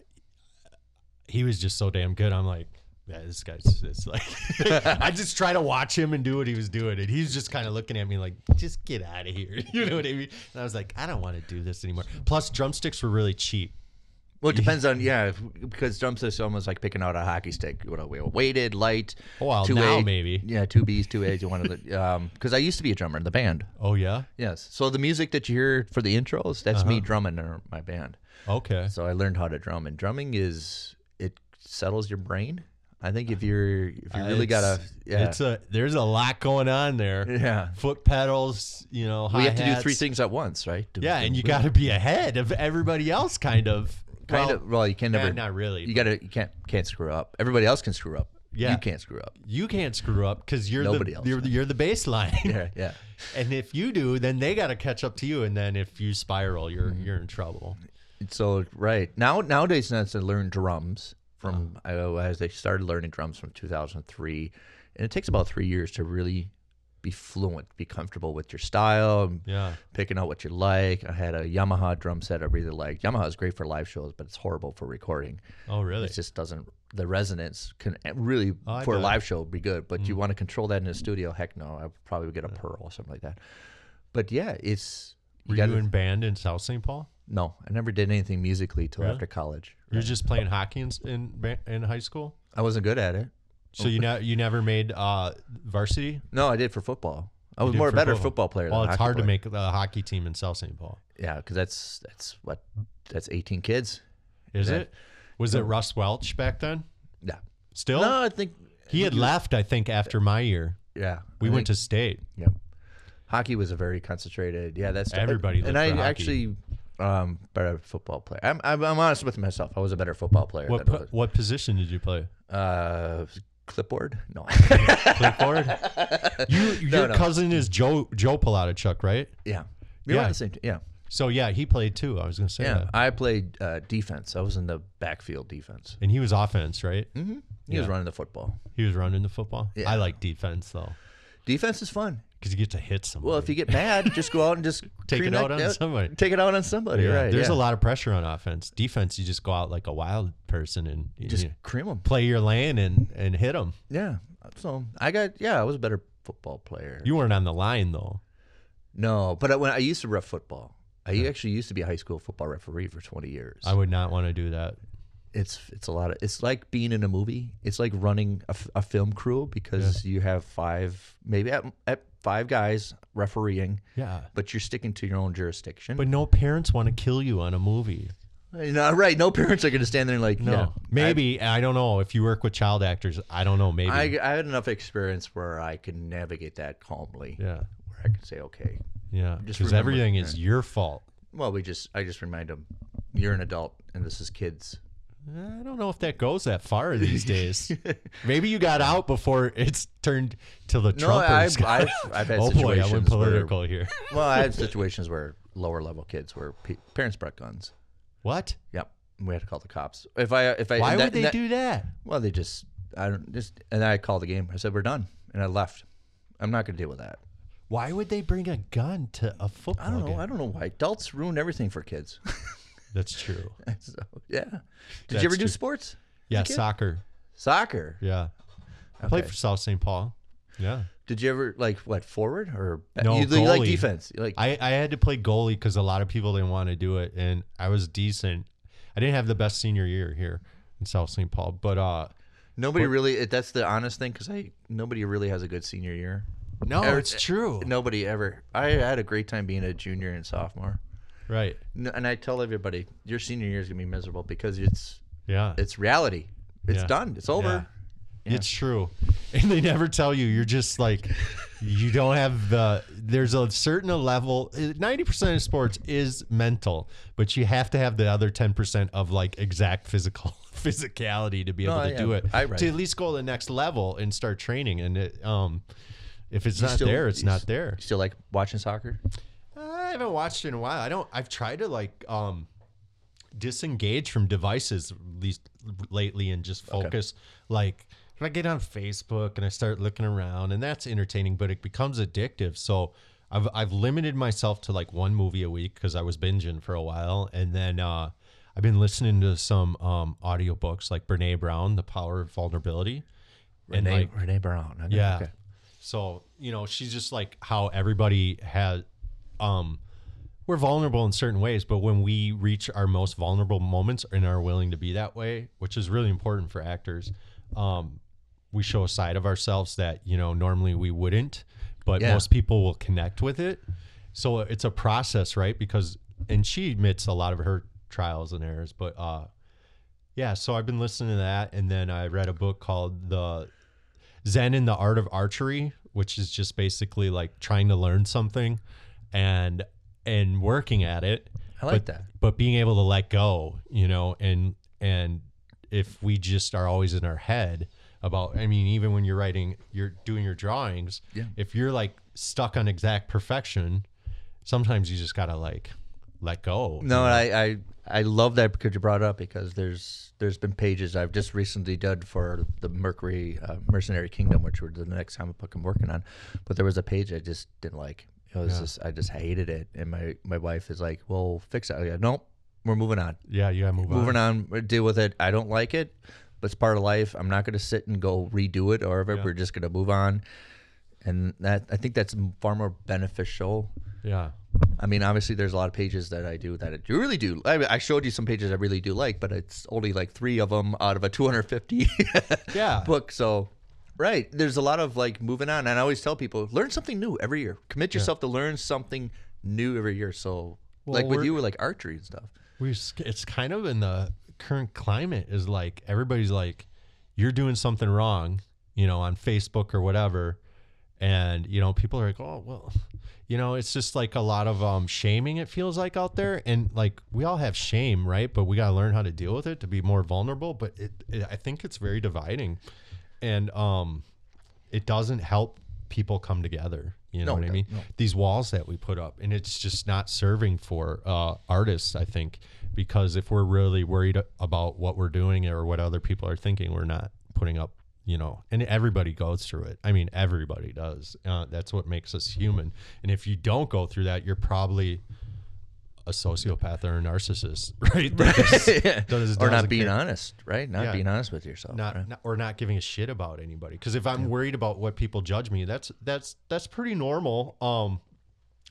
B: he was just so damn good. I'm like, yeah, this guy's. It's like I just try to watch him and do what he was doing, and he's just kind of looking at me like, just get out of here. You know what I mean? And I was like, I don't want to do this anymore. Plus, drumsticks were really cheap.
A: Well, it depends on yeah, if, because drumsticks are almost like picking out a hockey stick. What are we? Weighted, light.
B: Oh, Well,
A: two
B: now
A: A-
B: maybe.
A: Yeah, two B's, two A's, and one of the. Um, because I used to be a drummer in the band.
B: Oh yeah.
A: Yes. So the music that you hear for the intros, that's
B: Uh-huh.
A: me drumming in my band.
B: Okay.
A: So I learned how to drum, and drumming is it settles your brain. I think if you're if you really gotta
B: Uh, It's-
A: yeah
B: It's a there's a lot going on there.
A: Yeah.
B: Foot pedals. You know.
A: we have to do
B: hi-hats.
A: three things at once, right?
B: Yeah, and you got to be ahead of everybody else, kind of.
A: kind
B: Well,
A: of well you can
B: nah,
A: never
B: not really.
A: you gotta you can't can't screw up. Everybody else can screw up.
B: Yeah.
A: you can't screw up.
B: You can't screw up because you're
A: Nobody
B: the
A: else
B: you're, the- you're the baseline.
A: Yeah, yeah.
B: and if you do, then they got to catch up to you, and then if you spiral, you're
A: Mm-hmm.
B: you're in trouble.
A: So right now nowadays now it's to learn drums from
B: Uh-huh.
A: I oh, as I started learning drums from 2003, and it takes about three years to really be fluent, be comfortable with your style, and
B: Yeah.
A: picking out what you like. I had a Yamaha drum set I really liked. Yamaha is great for live shows, but it's horrible for recording.
B: Oh, really? Oh,
A: It just doesn't. The resonance can eh, really
B: I
A: for a
B: got Mm.
A: live show be good, but you want to control that in the studio? Heck no. I would probably get a Pearl or something like that. But yeah, it's
B: Were you,
A: gotta-
B: in band in South St. Paul?
A: no. I never did anything musically till after college.
B: You're just playing hockey in in, ba- in high school,
A: I wasn't good at it.
B: so you ne- you never made uh, varsity.
A: No, I did for football. I was
B: did
A: more a
B: for
A: better
B: football.
A: football player.
B: Well,
A: than a
B: it's
A: hockey
B: hard to
A: player.
B: make the hockey team in South St. Paul,
A: Yeah, because that's that's what that's 18 kids.
B: is
A: Yeah.
B: it? Was it Russ Welch back then?
A: Yeah.
B: Still,
A: No, I think
B: he had left. I think after my year,
A: yeah.
B: we
A: I
B: went to state.
A: Yep. Hockey was a very concentrated. Yeah, that's
B: Everybody
A: And
B: lived
A: I
B: for hockey.
A: actually, um, better football player. I'm, I'm, I'm honest with myself. I was a better football player.
B: What
A: than I
B: po- what position did you play?
A: was. Uh, clipboard? No.
B: Clipboard. you, your
A: no.
B: cousin is Joe Joe Palatichuk, right?
A: yeah. We were
B: Yeah.
A: on the same. T- yeah.
B: So yeah, he played too. I was gonna say
A: Yeah.
B: that,
A: I played uh, defense. I was in the backfield defense.
B: and he was offense, right?
A: hmm He was running the football.
B: He was running the football.
A: Yeah.
B: I like defense though,
A: Defense is fun.
B: because you get to hit someone.
A: Well, if you get mad, just go out and just
B: Take it
A: cream
B: out
A: that-
B: on
A: that-
B: somebody.
A: Take it out on somebody.
B: Yeah,
A: right.
B: there's
A: yeah.
B: a lot of pressure on offense. Defense, you just go out like a wild person and you
A: Just
B: know,
A: cream them.
B: play your lane and and hit them.
A: Yeah. So I got. Yeah, I was a better football player.
B: You weren't on the line though.
A: No, but I, when I used to ref football, I actually used to be a high school football referee for 20 years.
B: I would not want to do that.
A: it's it's a lot of it's like being in a movie. It's like running a, f- a film crew because you have five maybe at, at five guys refereeing,
B: Yeah,
A: but you're sticking to your own jurisdiction.
B: but no parents want to kill you on a movie.
A: you know, right? No parents are going to stand there and like
B: No,
A: yeah.
B: maybe I, don't know if you work with child actors. I don't know. Maybe
A: I, I had enough experience where I can navigate that calmly,
B: yeah,
A: where I can say okay.
B: yeah,
A: Just
B: because
A: remember-
B: everything is your fault.
A: Well, we just I just remind them, you're an adult and this is kids.
B: I don't know if that goes that far these days. Maybe you got out before it's turned to the
A: No, I've,
B: Trumpers.
A: I've I've had
B: oh boy, I
A: situations
B: went
A: where
B: political here.
A: well, I have situations where lower level kids where pe- parents brought guns.
B: What?
A: Yep, and we had to call the cops. If I if I
B: Why
A: Eh, and that-
B: would they
A: and that-
B: do that?
A: Well, they just I don't just and I called the game. I said we're done, and I left. I'm not going to deal with that.
B: Why would they bring a gun to a football
A: I don't know.
B: game?
A: I don't know why adults ruin everything for kids.
B: That's true.
A: so, yeah. Did
B: That's
A: you ever do
B: true.
A: sports?
B: Yeah,
A: kid?
B: soccer.
A: Soccer.
B: Yeah, I played
A: Okay.
B: for South St. Paul. Yeah,
A: Did you ever like what forward or ba-
B: No,
A: you, you like
B: goalie.
A: defense? You like
B: I, I had to play goalie because a lot of people didn't want to do it, and I was decent. I didn't have the best senior year here in South St. Paul, but uh,
A: nobody really. It, that's the honest thing because I nobody really has a good senior year.
B: no,
A: Er-
B: it's true.
A: Nobody ever. I had a great time being a junior and sophomore.
B: Right?
A: No, and I tell everybody, your senior year is gonna be miserable because it's
B: Yeah.
A: it's reality. It's
B: Yeah.
A: done. It's over. Yeah.
B: It's true. And they never tell you. You're just like, you don't have the, there's a certain level, 90% of sports is mental, but you have to have the other 10% of like exact physical physicality to be able
A: No,
B: to
A: yeah,
B: do it.
A: I- right.
B: To at least go to the next level and start training. And it, um, if it's not
A: still-
B: there, it's
A: you
B: not
A: s-
B: there.
A: You still like watching soccer?
B: Uh, I haven't watched it in a while. I don't, I've tried to like, um, disengage from devices these lately and just focus like when I get on Facebook and I start looking around and that's entertaining, but it becomes addictive. So I've I've limited myself to like one movie a week because I was binging for a while, and then uh, I've been listening to some um, audiobooks like Brene Brown, The Power of Vulnerability, and
A: Renee,
B: like
A: Renee Brown. Okay,
B: yeah.
A: okay.
B: So, you know, she's just like how everybody has um we're vulnerable in certain ways, but when we reach our most vulnerable moments and are willing to be that way, which is really important for actors, um, we show a side of ourselves that, you know, normally we wouldn't, but
A: Yeah.
B: most people will connect with it. So it's a process, right? Because and she admits a lot of her trials and errors, but uh yeah, so I've been listening to that and then I read a book called The Zen in the Art of Archery, which is just basically like trying to learn something and and working at it.
A: I like
B: but,
A: that.
B: But being able to let go, you know, and and if we just are always in our head about I mean, even when you're writing you're doing your drawings,
A: Yeah.
B: if you're like stuck on exact perfection, sometimes you just gotta like let go.
A: No, and I, I I love that because you brought it up because there's there's been pages I've just recently done for the Mercury uh, Mercenary Kingdom, which were the next comic book I'm working on. But there was a page I just didn't like. It was just I just hated it, and my my wife is like, "Well, fix it." I go, "Nope, we're moving on.
B: Yeah, you gotta move on.
A: Moving on. we Deal with it. I don't like it, but it's part of life. I'm not going to sit and go redo it or whatever. We're just going to move on." And that I think that's far more beneficial
B: Yeah.
A: I mean, obviously, there's a lot of pages that I do that I do really do. I, I showed you some pages I really do like, but it's only like three of them out of a 250
B: Yeah.
A: book. So, right, there's a lot of like moving on, and I always tell people learn something new every year. Commit yourself to learn something new every year. So,
B: Well,
A: like with
B: we're-
A: you, like archery and stuff.
B: We s- it's kind of in the current climate is like everybody's like you're doing something wrong, you know, on Facebook or whatever, and you know people are like, oh well, you know, it's just like a lot of um shaming. It feels like out there, and like we all have shame, right? But we gotta learn how to deal with it to be more vulnerable. But it, it I think it's very dividing, and um, it doesn't help people come together. You know
A: No,
B: what I
A: it
B: mean? These walls that we put up, and it's just not serving for uh, artists. I think because if we're really worried about what we're doing or what other people are thinking, we're not putting up. You know, and everybody goes through it. I mean, everybody does. Uh, that's what makes us human. And if you don't go through that, you're probably a sociopath or a narcissist, right? That just- that just
A: or
B: doesn't
A: not being
B: care
A: honest, right? Not
B: Yeah.
A: being honest with yourself. right?
B: not, not or not giving a shit about anybody because if i'm worried about what people judge me that's that's that's pretty normal um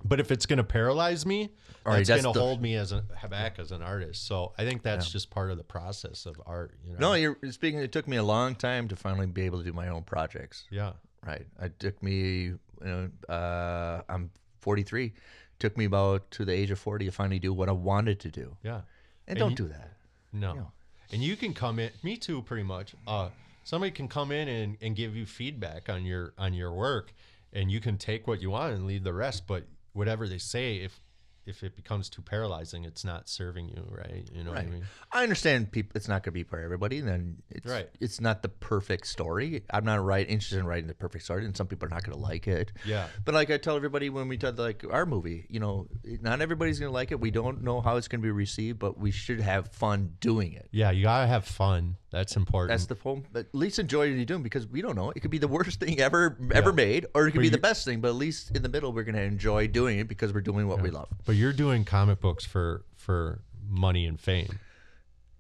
B: but if it's going to paralyze me
A: All right,
B: that's,
A: that's
B: going to
A: the-
B: hold me as a back as an artist so i think that's just part of the process of art you know
A: No, you're speaking. It took me a long time to finally be able to do my own projects.
B: yeah
A: Right. It took me, you know, uh, I'm 43. Took me about to the age of 40 to finally do what I wanted to do.
B: yeah
A: And, don't do that.
B: No. And you can come in me too pretty much. Uh somebody can come in and, and give you feedback on your on your work and you can take what you want and leave the rest, but whatever they say, if if it becomes too paralyzing, it's not serving you, right? You know what I mean?
A: I understand people. It's not going to be for everybody. and Then it's
B: Right.
A: it's not the perfect story. I'm not right interested in writing the perfect story, and some people are not going to like it.
B: Yeah.
A: But like I tell everybody when we did like our movie, you know, not everybody's going to like it. We don't know how it's going to be received, but we should have fun doing it.
B: Yeah, you gotta have fun. That's important.
A: That's the poem. Mm. But at least enjoy what you're doing because we don't know. It could be the worst thing ever ever made, or it could be the
B: you-
A: best thing. But at least in the middle, we're gonna enjoy doing it because we're doing what we love.
B: but you're doing comic books for for money and fame.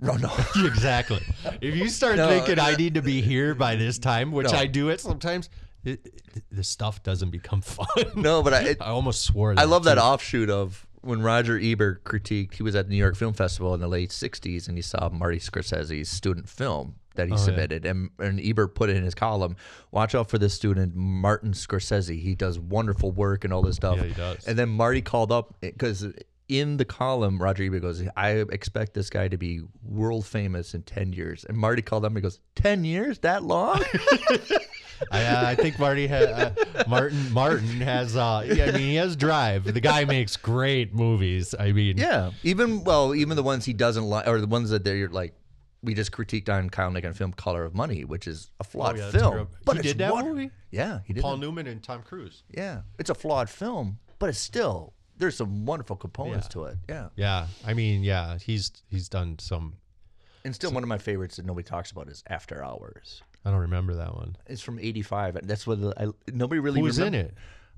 A: No, no.
B: exactly. If you start
A: No,
B: thinking I need to be here by this time, which
A: No.
B: I do it sometimes, it, it, the stuff doesn't become fun.
A: no, but I, it,
B: I almost swore.
A: I love that offshoot of when Roger Ebert critiqued. He was at the New York Film Festival in the late '60s, and he saw Marty Scorsese's student film that
B: Oh,
A: he submitted, and, and Ebert put it in his column. Watch out for this student, Martin Scorsese. He does wonderful work and all this stuff.
B: Yeah, he does.
A: And then Marty called up because in the column, Roger Ebert goes, "I expect this guy to be world famous in ten years." And Marty called up and he goes, 10 years? That long?"
B: I, I think Marty ha- uh, Martin Martin has. Uh, yeah, I mean, he has drive. The guy makes great movies. I mean,
A: Yeah, even well, even the ones he doesn't like, or the ones that they're like, we just critiqued on Kyle Nick on film "Color of Money," which is a flawed
B: Oh, yeah, that's a
A: film.
B: great-
A: But
B: He
A: it's
B: did that
A: wonder-
B: movie?
A: Yeah, he did.
B: Paul
A: that.
B: Newman and Tom Cruise.
A: Yeah, it's a flawed film, but it's still there's some wonderful components
B: Yeah.
A: to it. Yeah.
B: Yeah, I mean, yeah, he's he's done some.
A: And still, one of my favorites that nobody talks about is After Hours.
B: I don't remember that one.
A: It's from '85, and that's what I, nobody really
B: Who was in
A: remember-
B: it?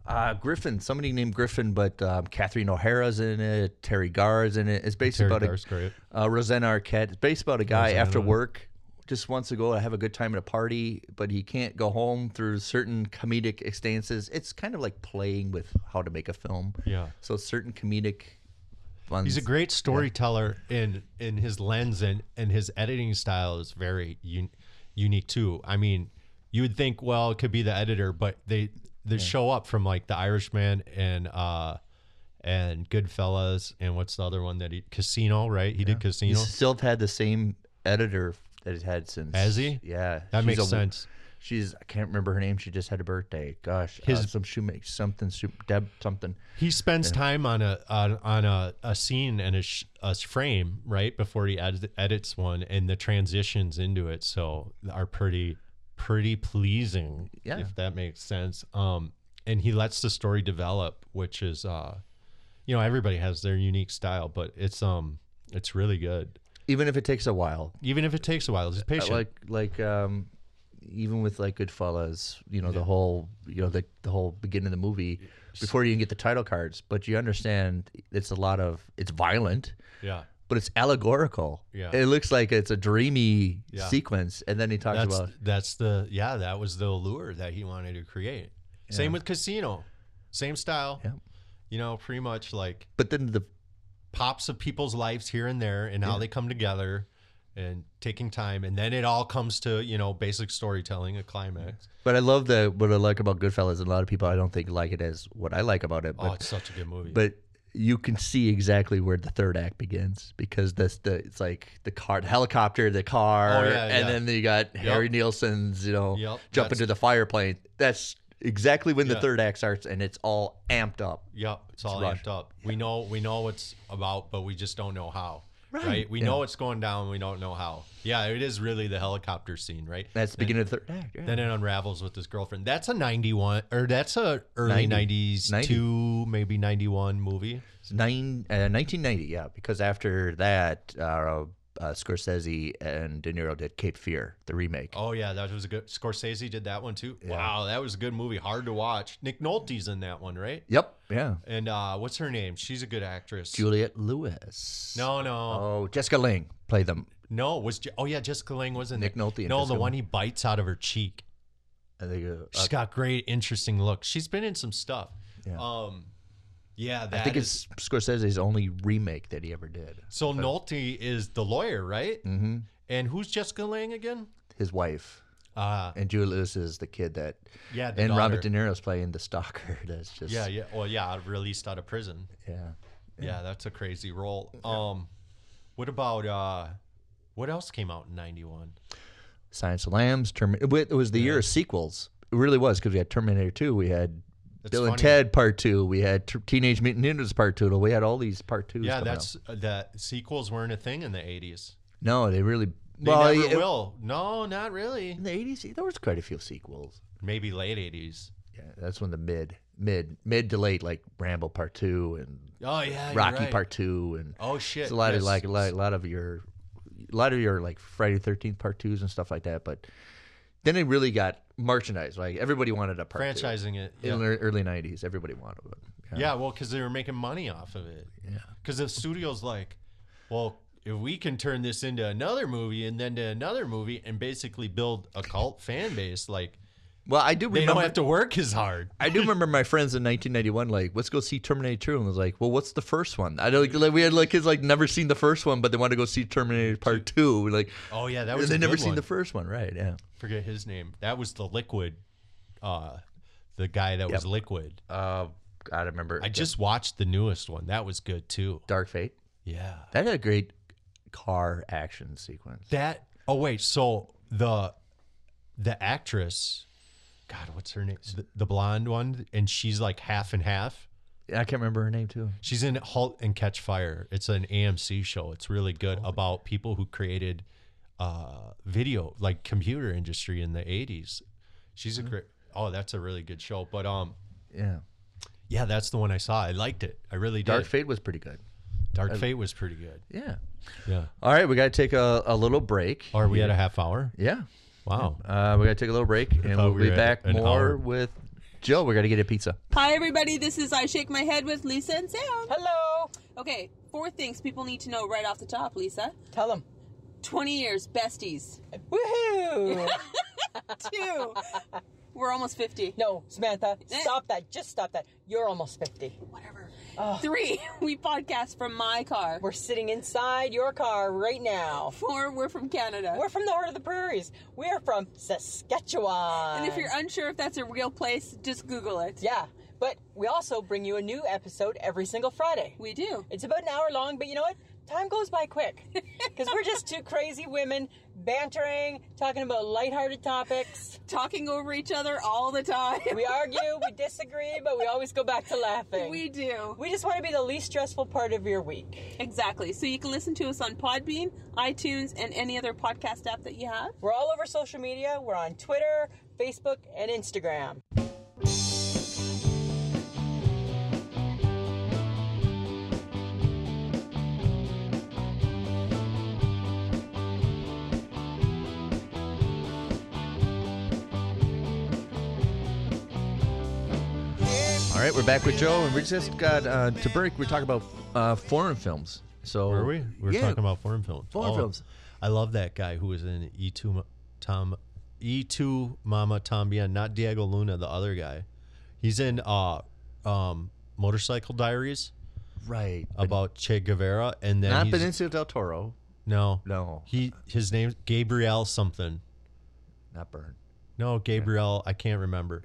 A: Uh, Griffin, somebody named Griffin, but um, Catherine O'Hara's in it. Terry Garr's in it. It's basically
B: Terry
A: about
B: Garr's great.
A: a uh, Rosanna Arquette. It's basically about a guy after work just wants to go have a good time at a party, but he can't go home through certain comedic instances. It's kind of like playing with how to make a film.
B: Yeah.
A: So certain comedic. Ones.
B: He's a great storyteller in in his lens and and his editing style is very un, unique too. I mean, you would think well it could be the editor, but they they show up from like The Irishman and uh and Goodfellas and what's the other one that he Casino right? He did Casino.
A: He's still had the same editor that he's had since.
B: Has he?
A: Yeah.
B: that
A: she's
B: makes
A: a-
B: sense.
A: She's I can't remember her name. She just had a birthday. Gosh, his
B: His-
A: some shoemaker something Schu- Deb something.
B: He spends time on a on, on a, a scene and a, sh- a frame right before he edit, edits one, and the transitions into it so are pretty pretty pleasing.
A: Yeah.
B: if that makes sense. Um, and he lets the story develop, which is uh, you know, everybody has their unique style, but it's um, it's really good.
A: Even if it takes a while,
B: Even if it takes a while, he's patient.
A: like like um, even with like Goodfellas, you know the whole you know the the whole beginning of the movie before you even get the title cards. But you understand it's a lot of it's violent.
B: yeah,
A: But it's allegorical.
B: Yeah.
A: It looks like it's a dreamy
B: Yeah.
A: sequence, and then he talks
B: that's
A: about
B: that's the yeah that was the allure that he wanted to create. Same with Casino, same style.
A: Yeah.
B: You know, pretty much like
A: but then the
B: pops of people's lives here and there and how they come together and taking time and then it all comes to you know basic storytelling a climax
A: But I love the what I like about Goodfellas, and a lot of people I don't think like it as what I like about it. But
B: oh it's such a good movie
A: but you can see exactly where the third act begins because that's the it's like the car, the helicopter, the car,
B: Oh, yeah,
A: and
B: yeah.
A: then you got Harry Nielsen's, you know,
B: Yep,
A: jumping
B: that's-
A: to the fire plane. That's exactly when the
B: Yeah.
A: third act starts, and it's all amped up.
B: yep it's all
A: rushed.
B: amped up we know we know it's about but we just don't know how right, we
A: yeah.
B: know it's going down we don't know how yeah it is really the helicopter scene right
A: That's the beginning of the third act. yeah.
B: then it unravels with his girlfriend that's a 91 or that's a early
A: 90.
B: 90s
A: 90.
B: two maybe 91 movie
A: Nine, uh, 1990, yeah, because after that, uh, uh, Scorsese and De Niro did Cape Fear, the remake.
B: Oh yeah, that was a good. Scorsese did that one too. Wow, that was a good movie. Hard to watch. Nick Nolte's in that one, right?
A: Yep, yeah.
B: And uh, what's her name? She's a good actress.
A: Juliet Lewis.
B: no, no,
A: Oh, Jessica Lang played them.
B: no. Was Je- oh yeah, Jessica Lange was in
A: Nick
B: there.
A: Nolte and
B: No,
A: Jessica
B: the one he bites out of her cheek.
A: I think, uh,
B: She's got great, interesting look. She's been in some stuff.
A: Yeah.
B: Um, yeah, that
A: I think
B: is-
A: it's Scorsese's only remake that he ever did.
B: so. Nolte is the lawyer,
A: Mm.
B: right? Mm-hmm. And who's Jessica Lange again?
A: His wife
B: Uh,
A: and Julia Lewis is the kid that.
B: yeah, the
A: and
B: daughter.
A: Robert De Niro's playing the stalker. That's just
B: Yeah, yeah. Well, yeah, released out of prison.
A: yeah.
B: Yeah, that's a crazy role. Um, what about uh, what else came out in '91?
A: Science of Lambs. Terminator. It was the year of sequels. It really was because we had Terminator Two. We had
B: That's
A: Bill and
B: funny.
A: Ted Part Two. We had Ter- Teenage Mutant Ninjas Part Two. We had all these Part Twos.
B: Yeah,
A: coming out.
B: that's that sequels weren't a thing in the '80s.
A: no. They really.
B: They
A: well,
B: never
A: it-
B: will. No, not really.
A: in the eighties, there was quite a few sequels.
B: Maybe late '80s.
A: Yeah, that's when the mid, mid, mid to late, like Rambo Part Two and
B: Oh yeah, you're
A: Rocky
B: right.
A: Part Two, and
B: Oh shit,
A: it's a lot of
B: yes.
A: like a lot, a lot of your, a lot of your like Friday Thirteenth Part Twos and stuff like that. But then it really got merchandised. Like everybody wanted a part two.
B: franchising it.
A: in
B: Yeah,
A: the early nineties. Everybody wanted one. Yeah.
B: yeah well, because they were making money off of it. Yeah, because the studio's like, well. If we can turn this into another movie and then to another movie and basically build a cult fan base, like
A: Well, I do
B: they
A: remember.
B: don't have to work as hard.
A: I do remember my friends in 1991 like, let's go see Terminator 2, and I was like, well, what's the first one? I don't like we had like kids like never seen the first one, but they want to go see Terminator Part Two. We're like,
B: Oh yeah, that
A: and
B: was.
A: they
B: a
A: never
B: good
A: seen
B: one.
A: the first one, right? Yeah.
B: forget his name. That was the liquid, uh, the guy that was liquid.
A: Uh, I remember.
B: I just watched the newest one. That was good too.
A: Dark Fate.
B: Yeah.
A: That had a great car action sequence.
B: That. Oh wait. So the the actress, God, what's her name? The, the blonde one, and she's like half and half.
A: I can't remember her name too.
B: She's in *Halt and Catch Fire*. It's an AMC show. It's really good about people who created uh, video, like computer industry in the '80s. She's a great. Oh, that's a really good show. But um,
A: Yeah.
B: Yeah, that's the one I saw. I liked it. I really did.
A: Dark
B: Dark,
A: Fate was pretty good.
B: Fate was pretty good.
A: Yeah.
B: Yeah.
A: All right, we got to take a, a little break.
B: Are we at a half hour?
A: Yeah.
B: Wow.
A: Uh, we got to take a little break and
B: thought
A: we'll
B: we
A: be
B: were at
A: back
B: an
A: more
B: hour.
A: with Joe. We're going to get a pizza.
C: Hi, everybody. This is I Shake My Head with Lisa and Sam. Hello. Okay, four things people need to know right off the top, Lisa.
D: Tell them.
C: 20 years, besties.
D: Woohoo!
C: Two. We're almost 50.
D: no, Samantha, stop that. Just stop that. You're almost 50.
C: Whatever. Three. We podcast from my car.
D: We're sitting inside your car right now.
C: Four. We're from Canada.
D: We're from the heart of the prairies. We're from Saskatchewan.
C: and if you're unsure if that's a real place, just Google it.
D: Yeah, but we also bring you a new episode every single Friday.
C: We do.
D: It's about an hour long, but you know what? Time goes by quick because we're just two crazy women bantering, talking about lighthearted topics.
C: Talking over each other all the time.
D: We argue, we disagree, but we always go back to laughing.
C: We do.
D: We just want to be the least stressful part of your week.
C: Exactly. So you can listen to us on Podbean, iTunes, and any other podcast app that you have.
D: We're all over social media. We're on Twitter, Facebook, and Instagram.
A: All right, we're back with Joe, and we just got uh, to break. We're talking about uh, foreign films. So
B: Were we? We were
A: yeah,
B: talking about foreign films.
A: Foreign films.
B: I love that guy who was in E2 Ma- Tom E2 Mama Tambien, not Diego Luna, the other guy. He's in uh um Motorcycle Diaries
A: right
B: about Che Guevara and then
A: not
B: he's-
A: Benicio del Toro,
B: no.
A: No.
B: He his name's Gabriel something.
A: not Byrne.
B: No, Gabriel, I can't remember.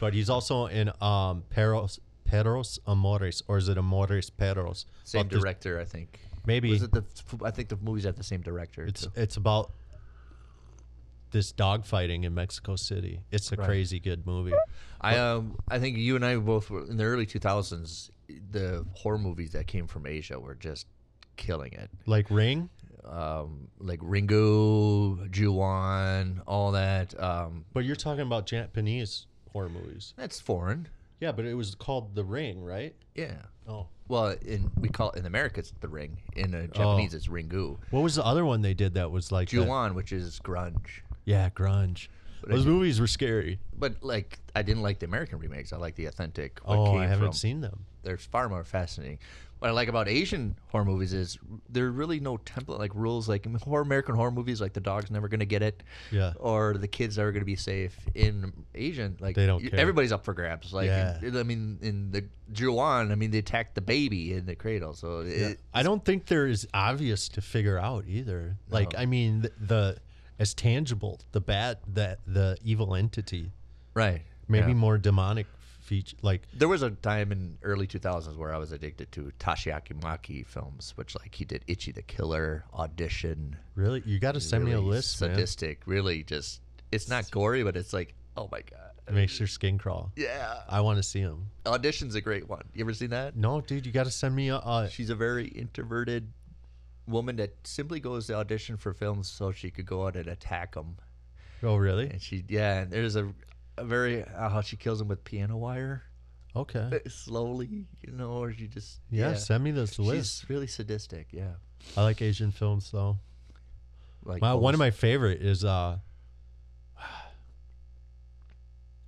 B: But he's also in um Peros Perros Amores or is it Amores Perros?
A: Same
B: About this-
A: director, I think.
B: Maybe
A: Was it the? I think the movies at the same director.
B: It's
A: too.
B: it's about this dog fighting in Mexico City. It's a crazy good movie.
A: I um I think you and I both were in the early 2000s. The horror movies that came from Asia were just killing it.
B: Like Ring,
A: Um, like Ringo, Juwan, all that. Um,
B: but you're talking about Japanese horror movies.
A: that's foreign.
B: Yeah, but it was called The Ring, right?
A: Yeah.
B: Oh.
A: Well, in we call it in America it's the ring. In uh, Japanese it's Ringu.
B: What was the other one they did that was like that?
A: Juwan, which is grunge.
B: Yeah, grunge. Those movies were scary.
A: But like I didn't like the American remakes. I like the authentic. What
B: oh,
A: came
B: I haven't
A: from.
B: seen them.
A: They're far more fascinating. What I like about Asian horror movies is there are really no template like rules. Like in horror American horror movies, like the dog's never gonna get it,
B: Yeah.
A: or the kid's never gonna be safe. In Asian, like
B: They don't
A: you-
B: care.
A: everybody's up for grabs. Like
B: Yeah.
A: in- I mean, in the Juwan, I mean they attacked the baby in the cradle. So it,
B: I don't think they're as obvious to figure out either. Like, I mean, the, the as tangible the bad the the evil entity,
A: right,
B: maybe
A: yeah.
B: more demonic feature. Like,
A: There was a time in early 2000s where I was addicted to Tashiaki Maki films, which like he did Itchy the Killer, Audition.
B: Really? You got to send me a
A: really
B: list,
A: Sadistic, really just it's not gory, but it's like oh my god,
B: man. It makes your skin crawl.
A: yeah.
B: I want to see him.
A: Audition's a great one. You ever seen that?
B: No, dude, you got to send me a. Uh,
A: She's a very introverted woman that simply goes to audition for films so she could go out and attack them.
B: oh, really?
A: And she yeah, and there's a, a very uh, how she kills him with piano wire
B: Okay.
A: slowly, you know, or she just
B: Yeah, send me this list.
A: She's really sadistic, yeah.
B: I like Asian films though.
A: Like
B: My, one
A: almost-
B: of my favorite is uh,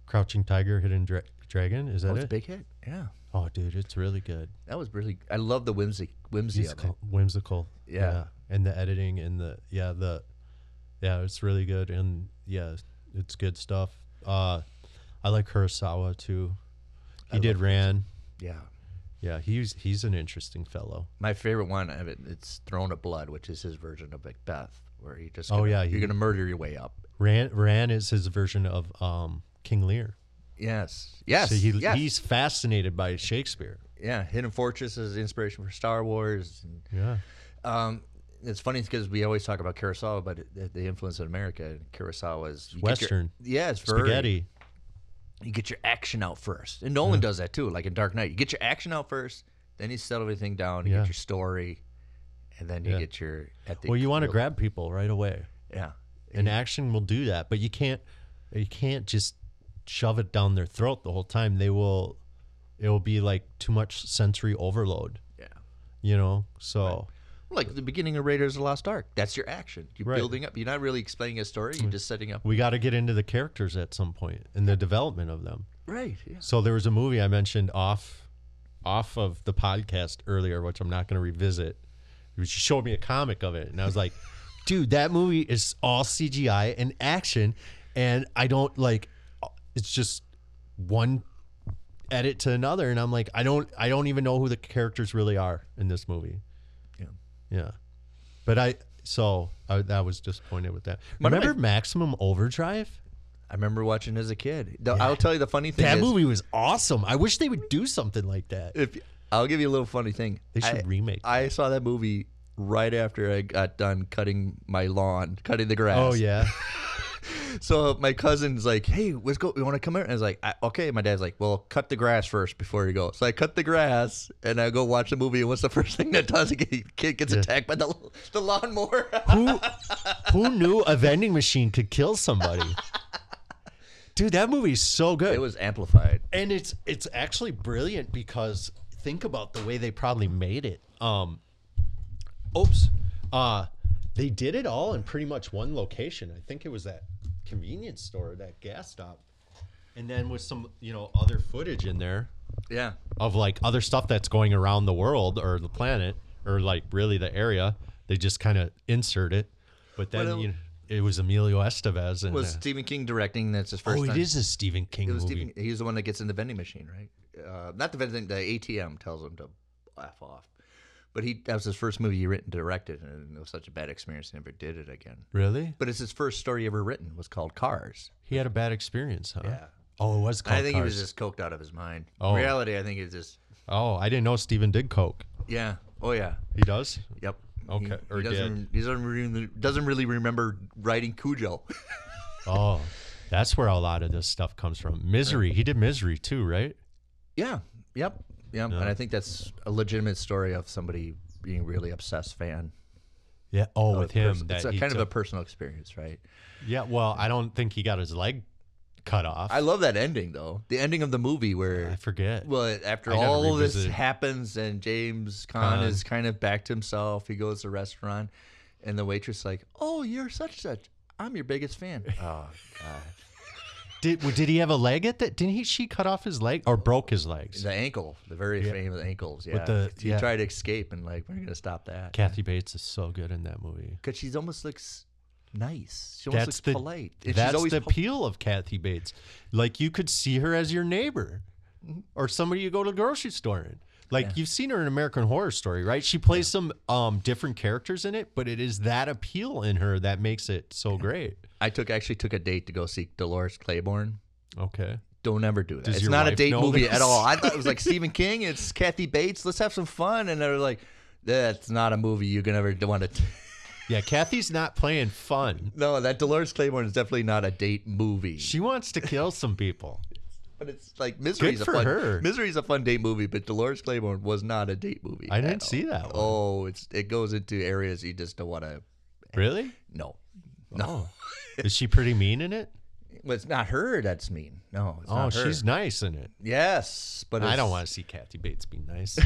B: Crouching Tiger, Hidden Dra- Dragon. Is
A: that
B: that
A: was a
B: it?
A: big hit. Yeah,
B: Oh, dude, it's really good.
A: that was really. I love the whimsy, whimsy of it.
B: Whimsical. whimsical.
A: Yeah.
B: And the editing and the yeah the yeah it's really good and yeah it's good stuff. Uh, I like Kurosawa too. He did Ran.
A: Yeah,
B: Yeah, he's he's an interesting fellow.
A: my favorite one of it. It's Throne of Blood, which is his version of Macbeth, where you just
B: Oh,
A: gonna-
B: yeah,
A: you're
B: he-
A: gonna murder your way up.
B: Ran Ran is his version of um, King Lear.
A: Yes, yes,
B: So he
A: yes.
B: he's fascinated by Shakespeare.
A: yeah. Hidden Fortress is the inspiration for Star Wars. And,
B: Yeah.
A: um, it's funny because we always talk about Kurosawa, but it, the- the influence of America and Kurosawa is you get your-
B: Western.
A: yeah, it's very-
B: Spaghetti.
A: you get your action out first. And Nolan does that too, like in Dark Knight. You get your action out first, then you settle everything down, you
B: Yeah.
A: get your story, and then you
B: Yeah.
A: get your at the
B: Well, you want to
A: real-
B: grab people right away.
A: Yeah.
B: And action will do that, but you can't you can't just shove it down their throat the whole time. They will it'll be like too much sensory overload.
A: Yeah.
B: You know, so
A: Like the beginning of Raiders of the Lost Ark. That's your action. You're
B: Right. Hmm.
A: building up. You're not really explaining a story. You're just setting up.
B: we got to get into the characters at some point and the development of them.
A: Right. Yeah.
B: So there was a movie I mentioned off off of the podcast earlier, which I'm not going to revisit. You showed me a comic of it, and I was like, "Dude, that movie is all CGI and action, and I don't like. It's just one edit to another, and I'm like, I don't, I don't even know who the characters really are in this movie.
A: Yeah.
B: yeah. But I, so I, I was disappointed with that.
A: One of my-
B: Remember Maximum Overdrive?
A: I remember watching as a kid. The- I'll tell you the funny thing.
B: That
A: is,
B: movie was awesome. I wish they would do something like that.
A: If I'll give you a little funny thing.
B: They should
A: I,
B: remake.
A: I saw that movie right after I got done cutting my lawn, cutting the grass.
B: Oh yeah,
A: So my cousin's like, "Hey, let's go. You want to come out?" And I was like, I, "Okay." My dad's like, "Well, cut the grass first before you go." So I cut the grass and I go watch the movie. And what's the first thing that does? A kid gets attacked by the the lawnmower.
B: who who knew a vending machine could kill somebody? Dude, that movie is so good,
A: it was amplified.
B: and it's it's actually brilliant because think about the way they probably made it. Um, oops, uh, they did it all in pretty much one location. I think it was that convenience store, that gas stop, and then with some you know other footage in there.
A: Yeah.
B: of like other stuff that's going around the world or the planet or like really the area. They just kind of insert it, but then
A: Well, it-
B: you know, it was Emilio Estevez and
A: Was
B: uh,
A: Stephen King directing? That's his first.
B: oh, it
A: time.
B: is a Stephen King
A: It was
B: movie.
A: Stephen. He's the one that gets in the vending machine, right? Uh, not the vending. The ATM tells him to f off. But he that was his first movie he written directed, and it was such a bad experience. He never did it again.
B: Really?
A: But it's his first story ever written. Was called Cars.
B: He had a bad experience, huh?
A: Yeah.
B: Oh, it was. Called
A: I think he was
B: Cars.
A: just coked out of his mind.
B: Oh.
A: In reality, I think it's just
B: Oh, I didn't know Stephen did coke.
A: yeah. Oh yeah.
B: He does.
A: Yep.
B: Okay,
A: He,
B: or
A: he doesn't. He doesn't really, doesn't really remember writing Cujo.
B: Oh, that's where a lot of this stuff comes from. Misery. He did misery too, right?
A: yeah. Yep. Yep. And I think that's a legitimate story of somebody being really obsessed fan.
B: Yeah. Oh,
A: of
B: with
A: the
B: him.
A: person.
B: that
A: it's a
B: he
A: kind of a
B: took-
A: personal experience, right?
B: Yeah. Well, I don't think he got his leg cut off.
A: I love that ending though. The ending of the movie where
B: I forget.
A: well, after
B: I gotta
A: all this
B: revisit.
A: happens and James Caan
B: Caan.
A: is kind of back to himself, he goes to a restaurant and the waitress is like, "Oh, you're such such. I'm your biggest fan." oh, God.
B: Did w- did he have a leg at that? Didn't he? She cut off his leg or broke his legs.
A: The ankle, the very famous ankles. Yeah,
B: the-
A: he
B: yeah.
A: tried to escape and like we're gonna stop that
B: Kathy Bates is so good in that movie.
A: because she's almost looks nice. She almost
B: That's
A: looks
B: the
A: polite. And she's
B: that's
A: always
B: the
A: po-
B: appeal of Kathy Bates. Like you could see her as your neighbor, or somebody you go to the grocery store in. Like you've seen her in American Horror Story, right? She plays some um, different characters in it, but it is that appeal in her that makes it so great.
A: I took actually took a date to go see Dolores Claiborne.
B: Okay.
A: Don't ever do that.
B: Does
A: it's
B: your
A: not a
B: wife
A: date
B: know
A: movie
B: this?
A: at all. I thought it was like Stephen King. It's Kathy Bates. Let's have some fun. And they're like, that's not a movie you can ever want to.
B: Yeah, Kathy's not playing fun.
A: No, that Dolores Claiborne is definitely not a date movie.
B: She wants to kill some people.
A: but it's like Misery's
B: Good
A: a
B: for
A: fun.
B: her.
A: Misery's a fun date movie, but Dolores Claiborne was not a date movie.
B: I
A: at
B: didn't
A: all.
B: see that one.
A: Oh, it's it goes into areas you just don't want to.
B: Really?
A: No, no.
B: Is she pretty mean in it?
A: Well, it's not her that's mean. No, it's
B: Oh,
A: not her.
B: she's nice in it.
A: yes, but
B: I
A: it's-
B: don't want to see Kathy Bates be nice.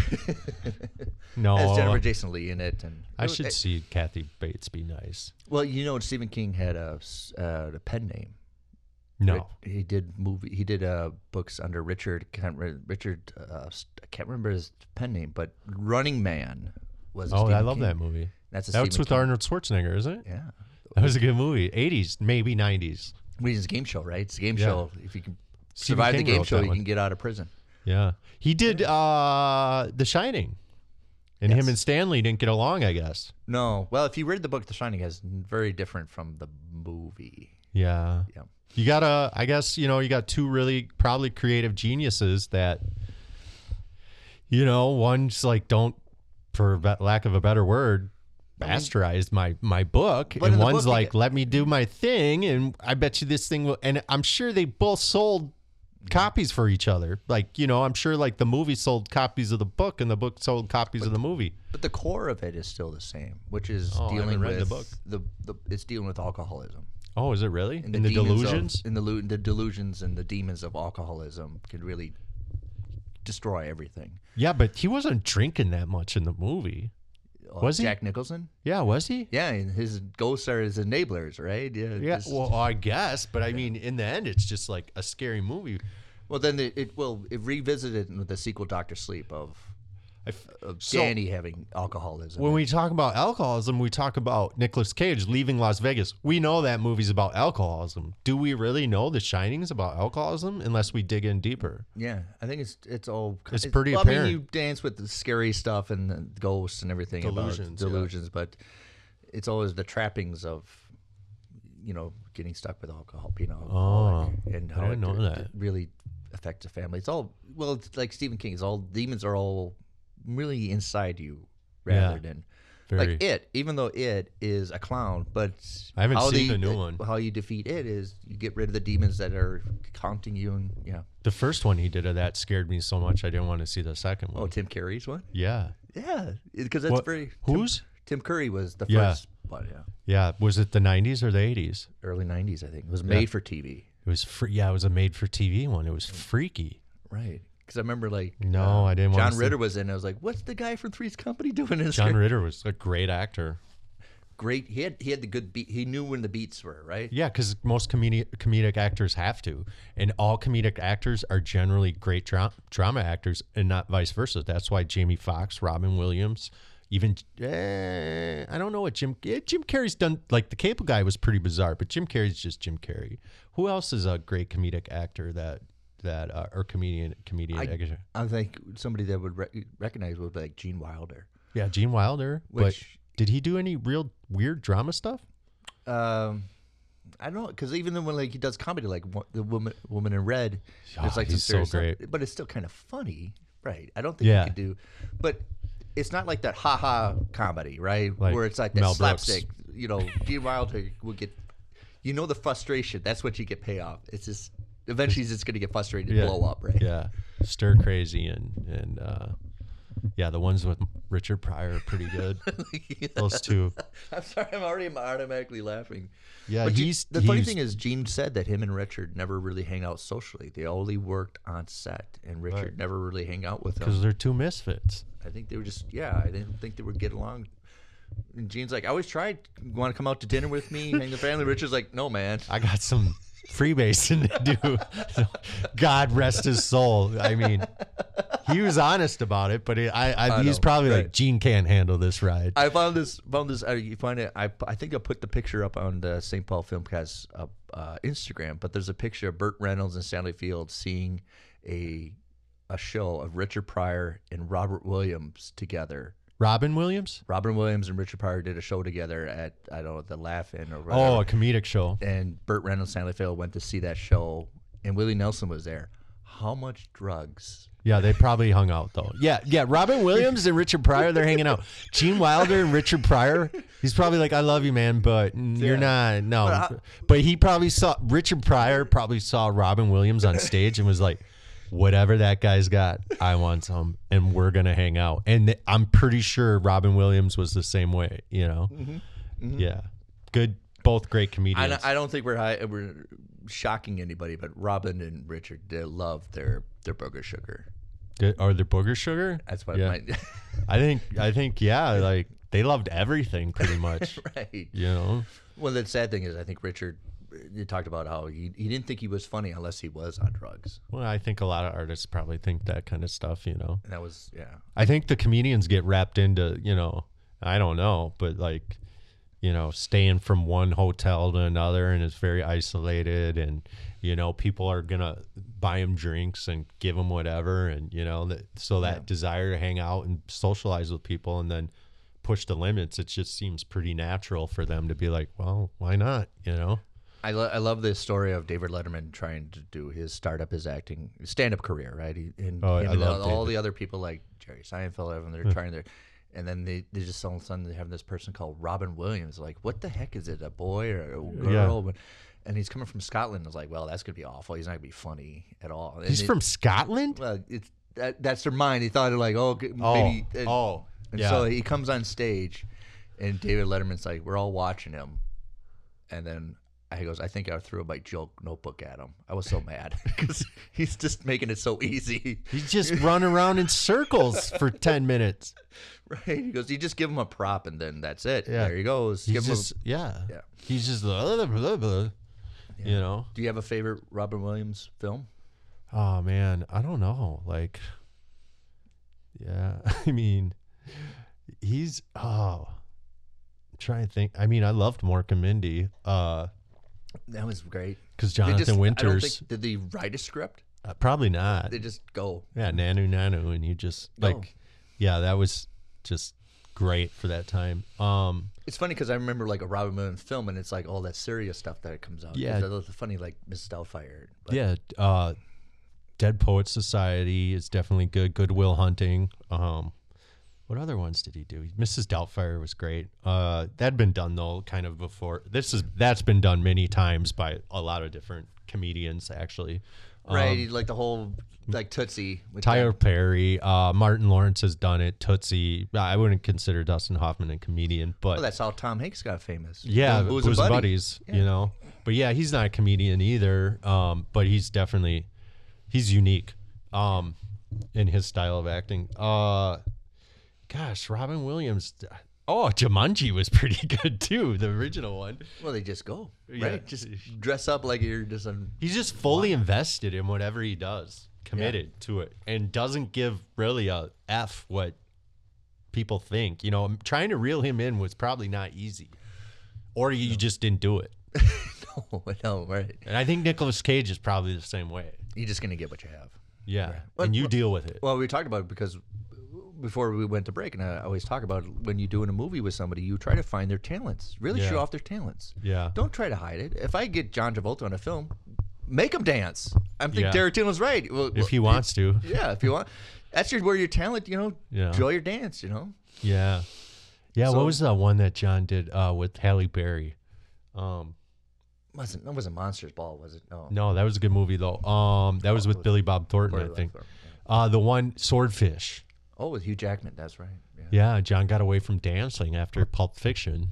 B: no,
A: Has Jennifer Jason Lee in it, and
B: Oh. I should
A: it-
B: see Kathy Bates be nice.
A: Well, you know, Stephen King had a, s- uh, a pen name.
B: No,
A: Ri- he did movie. He did uh, books under Richard. Can't re- Richard. Uh, st- I can't remember his pen name, but Running Man was. a
B: oh, I
A: Stephen
B: love
A: King.
B: that movie.
A: That's a
B: That's
A: Stephen
B: with
A: King.
B: Arnold Schwarzenegger, isn't it?
A: Yeah,
B: That was a good movie. Eighties, maybe nineties.
A: we it's a game show, right? It's a game
B: Yeah.
A: show. If you can
B: Stephen
A: survive
B: King
A: the game
B: wrote
A: show,
B: that
A: you
B: one.
A: can get out of prison.
B: Yeah, he did uh, The Shining, and him
A: Yes.
B: and Stanley didn't get along. I guess.
A: No, well, if you read the book, The Shining is very different from the movie.
B: Yeah.
A: Yeah.
B: You gotta, I guess, you know, you got two really probably creative geniuses that, you know, one's like don't, for be- lack of a better word, bastardized my my book,
A: But
B: and
A: in the
B: one's
A: book you
B: like
A: get-
B: let me do my thing, and I bet you this thing will, and I'm sure they both sold copies for each other. Like, you know, I'm sure like the movie sold copies of the book, and the book sold copies of the movie.
A: But the core of it is still the same, which is
B: Oh, I haven't
A: dealing
B: read
A: with
B: the book.
A: the, the it's dealing with alcoholism.
B: Oh, is it really? In the,
A: demons of-
B: delusions?
A: and the, lu- the delusions and the demons of alcoholism can really destroy everything.
B: Yeah, but he wasn't drinking that much in the movie.
A: Uh,
B: Was he?
A: Jack Nicholson?
B: Yeah, was he?
A: Yeah, and his ghosts are his enablers, right? Yeah.
B: Yeah.
A: just-
B: Well, I guess, but I mean, in the end, it's just like a scary movie.
A: well, then it, it well it revisited in the sequel, Doctor Sleep, of
B: I f- uh,
A: of
B: So-
A: Danny having alcoholism.
B: When we talk about alcoholism, we talk about Nicolas Cage leaving Las Vegas. We know that movie's about alcoholism. Do we really know The Shining's about alcoholism unless we dig in deeper?
A: yeah, I think it's it's all
B: It's pretty
A: well, I mean,
B: apparent.
A: you dance with the scary stuff and the ghosts and everything
B: Delusions, yeah.
A: about delusions, but it's always the trappings of you know getting stuck with alcohol, being alcoholic, and how
B: Ah, didn't
A: it,
B: know
A: it
B: that.
A: really affects the family. It's all well, it's like Stephen King's all demons are all really inside you rather
B: Yeah.
A: than.
B: Very.
A: Like it, even though it is a clown, but
B: I haven't
A: how
B: seen
A: the-
B: the new one.
A: How you defeat it is you get rid of the demons that are haunting you, and yeah.
B: the first one he did of that scared me so much I didn't want to see the second one.
A: Oh, Tim Curry's one.
B: yeah.
A: Yeah, because that's
B: What-
A: very
B: Who's?
A: Tim Curry was the
B: Yeah.
A: first, but yeah,
B: Yeah. Was it the 90s or the 80s?
A: early '90s I think it was made for TV,
B: It was free. Yeah, it was a made for TV one. It was freaky.
A: right? Because I remember like uh,
B: No, I didn't want
A: John
B: to.
A: Ritter was in. I was like, what's the guy from Three's Company doing in this?
B: John
A: here?
B: Ritter was a great actor.
A: Great. He had he had the good beat. He knew when the beats were right.
B: Yeah, because most comedic comedic actors have to, and all comedic actors are generally great dra- drama actors, and not vice versa. That's why Jamie Foxx, Robin Williams, even eh, I don't know what Jim eh, Jim Carrey's done. Like the Cable Guy was pretty bizarre, but Jim Carrey's just Jim Carrey. Who else is a great comedic actor that that uh, or comedian comedian actor?
A: I think somebody that would rec recognize would be like Gene Wilder.
B: Yeah, Gene Wilder.
A: Which-
B: but did he do any real weird drama stuff?
A: um I don't because even then when like he does comedy like wo- the woman woman in red
B: Yeah,
A: it's like
B: Ah, he's
A: some
B: so
A: serious stuff,
B: great.
A: but it's still kind of funny right I don't think
B: Yeah.
A: you could do but it's not like that ha ha comedy right
B: Like
A: where it's like that
B: Mel Brooks.
A: slapstick you know Gene Wilder would get you know the frustration that's what you get payoff it's just eventually he's just gonna get frustrated and blow up right
B: Yeah, stir crazy and and uh, yeah, the ones with Richard Pryor are pretty good.
A: uh,
B: Those two.
A: I'm sorry I'm already automatically laughing
B: Yeah,
A: But you-
B: he's
A: the funny
B: he's-
A: thing is, Gene said that him and Richard never really hang out socially. They only worked on set, and Richard never really hang out with them.
B: because they're two misfits.
A: I think they were just yeah. I didn't think they would get along. And Gene's like, I always tried. Want to come out to dinner with me, hang the family? Richard's like, No, man.
B: I got some freebasing to do. God rest his soul. I mean, he was honest about it, but it, I, I,
A: I
B: he's
A: know,
B: probably like
A: right.
B: Gene can't handle this ride.
A: I found this. Found this. I, you find it. I, I think I put the picture up on the St. Paul Filmcast uh, uh, Instagram. But there's a picture of Burt Reynolds and Stanley Field seeing a a show of Richard Pryor and Robert Williams together.
B: Robin Williams.
A: Robin Williams and Richard Pryor did a show together at I don't know the Laugh In or whatever.
B: Oh, a comedic show.
A: and Burt Reynolds, Stanley Field went to see that show, and Willie Nelson was there. How much drugs?
B: Yeah, they probably hung out though. Yeah, yeah. Robin Williams and Richard Pryor, they're hanging out. Gene Wilder and Richard Pryor, he's probably like, "I love you, man, but n- you're not." No,
A: uh,
B: but, he probably saw Richard Pryor probably saw Robin Williams on stage and was like, "Whatever that guy's got, I want some, and we're gonna hang out." And th- I'm pretty sure Robin Williams was the same way. You know, yeah, good, both great
A: Mm-hmm. I,
B: comedians.
A: don't- I don't think we're high, we're shocking anybody, but Robin and Richard they love their their burger sugar.
B: Did- Are there booger sugar?
A: That's what
B: Yeah.
A: my
B: I think. I think. Yeah, like they loved everything pretty much.
A: right.
B: You know.
A: Well, the sad thing is, I think Richard. You talked about how he, he didn't think he was funny unless he was on drugs.
B: Well, I think a lot of artists probably think that kind of stuff, you know.
A: And that was, yeah.
B: I think the comedians get wrapped into, you know, I don't know, but like, you know, staying from one hotel to another and it's very isolated and, you know, people are going to buy them drinks and give them whatever. And, you know, that, so that desire to hang out and socialize with people and then push the limits, it just seems pretty natural for them to be like, well, why not? You know?
A: I, lo- I love this story of David Letterman trying to do his start up his acting stand up career, right? He, and
B: Oh,
A: him
B: I
A: and all,
B: love
A: all
B: David. Hmm.
A: the other people like Jerry Seinfeld, everyone, they're trying their, and then they, they just all of a sudden they have this person called Robin Williams. Like, what the heck is it? A boy or a girl? And he's coming from Scotland. I was like, well, that's gonna be awful. He's not gonna be funny at all. And
B: He's
A: it-
B: from Scotland?
A: Well, it's that, that's their mind. He thought like, oh, g-
B: Oh,
A: maybe. uh,
B: oh,
A: and
B: yeah.
A: so he comes on stage, and David Letterman's like, "We're all watching him," and then I goes, I think I threw my joke notebook at him. I was so mad because he's just making it so easy.
B: He's just run around in circles for ten minutes.
A: Right? He goes, you just give him a prop and then that's it.
B: Yeah.
A: There he goes.
B: He's
A: Give him a-
B: just yeah.
A: yeah.
B: He's just blah, blah, blah, blah, you know.
A: Do you have a favorite Robin Williams film?
B: Oh man, I don't know. Like, yeah, I mean, he's oh, I'm trying to think. I mean, I loved Mork and Mindy because
A: That was great. They
B: Jonathan
A: just- I don't
B: Winters
A: think, did they write a script?
B: uh, probably not.
A: They just go.
B: Yeah, Nanu Nanu, and you just
A: No.
B: like, yeah, that was just great for that time. Um,
A: It's funny because I remember like a Robin Williams film, and it's like all that serious stuff that comes out. 'Cause
B: Yeah.
A: that was funny like Miss Doubtfire. Like,
B: yeah, uh, Dead Poets Society is definitely good. Goodwill Hunting. Um, what other ones did he do? Mrs. Doubtfire was great. Uh, that'd been done though, kind of before. This is that's been done many times by a lot of different comedians, actually.
A: right, like the whole like Tootsie. With
B: um, Tyler Perry, uh, Martin Lawrence has done it. Tootsie. I wouldn't consider Dustin Hoffman a comedian, but
A: Oh, that's how Tom Hanks got famous.
B: Yeah,
A: Who
B: was,
A: was a buddy.
B: buddies, you know. But yeah, he's not a comedian either. Um, but he's definitely he's unique um, in his style of acting. Uh, gosh, Robin Williams. Oh, Jumanji was pretty good too, the original one.
A: Well, they just go right.
B: Yeah.
A: Just dress up like you're just a
B: He's just fully invested in whatever he does, committed to it, and doesn't give really a f what people think. You know, trying to reel him in was probably not easy, or you just didn't do it.
A: no, no, oh, right.
B: And I think Nicolas Cage is probably the same way.
A: You're just gonna get what you have.
B: Yeah. And you deal with it.
A: Well, we talked about it because before we went to break, and I always talk about when you're doing a movie with somebody, you try to find their talents, really
B: Yeah.
A: show off their talents.
B: Yeah.
A: Don't try to hide it. If I get John Travolta on a film, make him dance. I think
B: Yeah.
A: Tarantino's right. Well, well,
B: if he wants to.
A: yeah, if you want, that's your where your talent. You know,
B: Yeah.
A: draw your dance. You know,
B: Yeah. Yeah.
A: So-
B: what was that one that John did uh, with Halle Berry? Um,
A: wasn't that wasn't Monsters Ball, was it? No,
B: no, that was a good movie, though. Um, that was with Billy Bob Thornton,
A: Billy
B: I
A: Bob
B: think.
A: Thornton,
B: Uh, the one, Swordfish.
A: Oh, with Hugh Jackman. That's right. Yeah.
B: Yeah. John got away from dancing after Pulp Fiction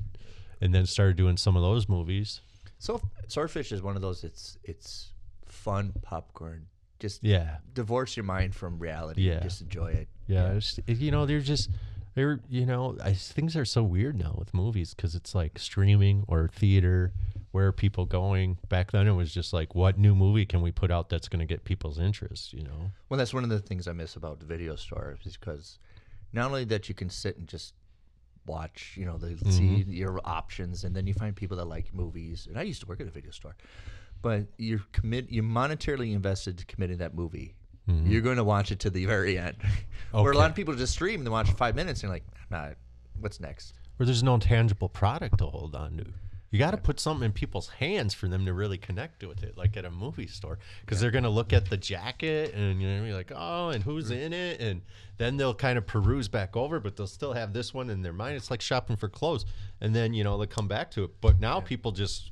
B: and then started doing some of those movies.
A: So Swordfish is one of those. It's it's fun popcorn. Just
B: Yeah.
A: divorce your mind from reality.
B: Yeah.
A: Just enjoy it.
B: Yeah, it's- it- you know, they're just they're you know, I, things are so weird now with movies because it's like streaming or theater. Where are people going? Back then, it was just like, what new movie can we put out that's going to get people's interest? You know?
A: Well, that's one of the things I miss about the video store is because not only that you can sit and just watch, you know, the,
B: Mm-hmm.
A: see your options, and then you find people that like movies. And I used to work at a video store, but you're commit, you're monetarily invested to committing that movie.
B: Mm-hmm.
A: You're going to watch it to the very end. Where a lot of people just stream and they watch five minutes and you're like, I'm not. What's next?
B: Where there's no tangible product to hold on to. You got to put something in people's hands for them to really connect with it, like at a movie store, because they're going to look at the jacket and you know be like, oh, and who's in it, and then they'll kind of peruse back over, but they'll still have this one in their mind. It's like shopping for clothes, and then you know they'll come back to it. But now people just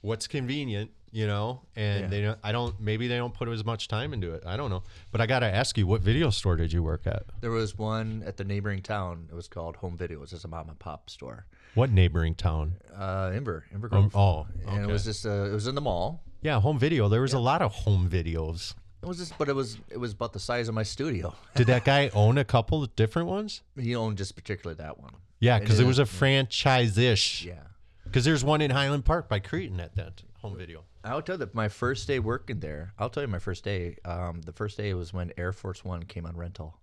B: what's convenient, you know, and they don't. I don't. Maybe they don't put as much time into it. I don't know. But I got to ask you, what video store did you work at?
A: There was one at the neighboring town. It was called Home Video. It was just a mom and pop store.
B: What neighboring town?
A: Uh, Ember, Ember Grove.
B: Um, oh,
A: and
B: okay.
A: it was just uh, it was in the mall.
B: Yeah, home video. There was a lot of home videos.
A: It was just, but it was it was about the size of my studio.
B: Did that guy own a couple of different ones?
A: He owned just particularly that one.
B: Yeah,
A: It
B: because it
A: is,
B: was a franchise ish.
A: Yeah,
B: Because there's one in Highland Park by Cretan at that home video.
A: I'll tell you that my first day working there. I'll tell you my first day. Um, the first day was when Air Force One came on rental.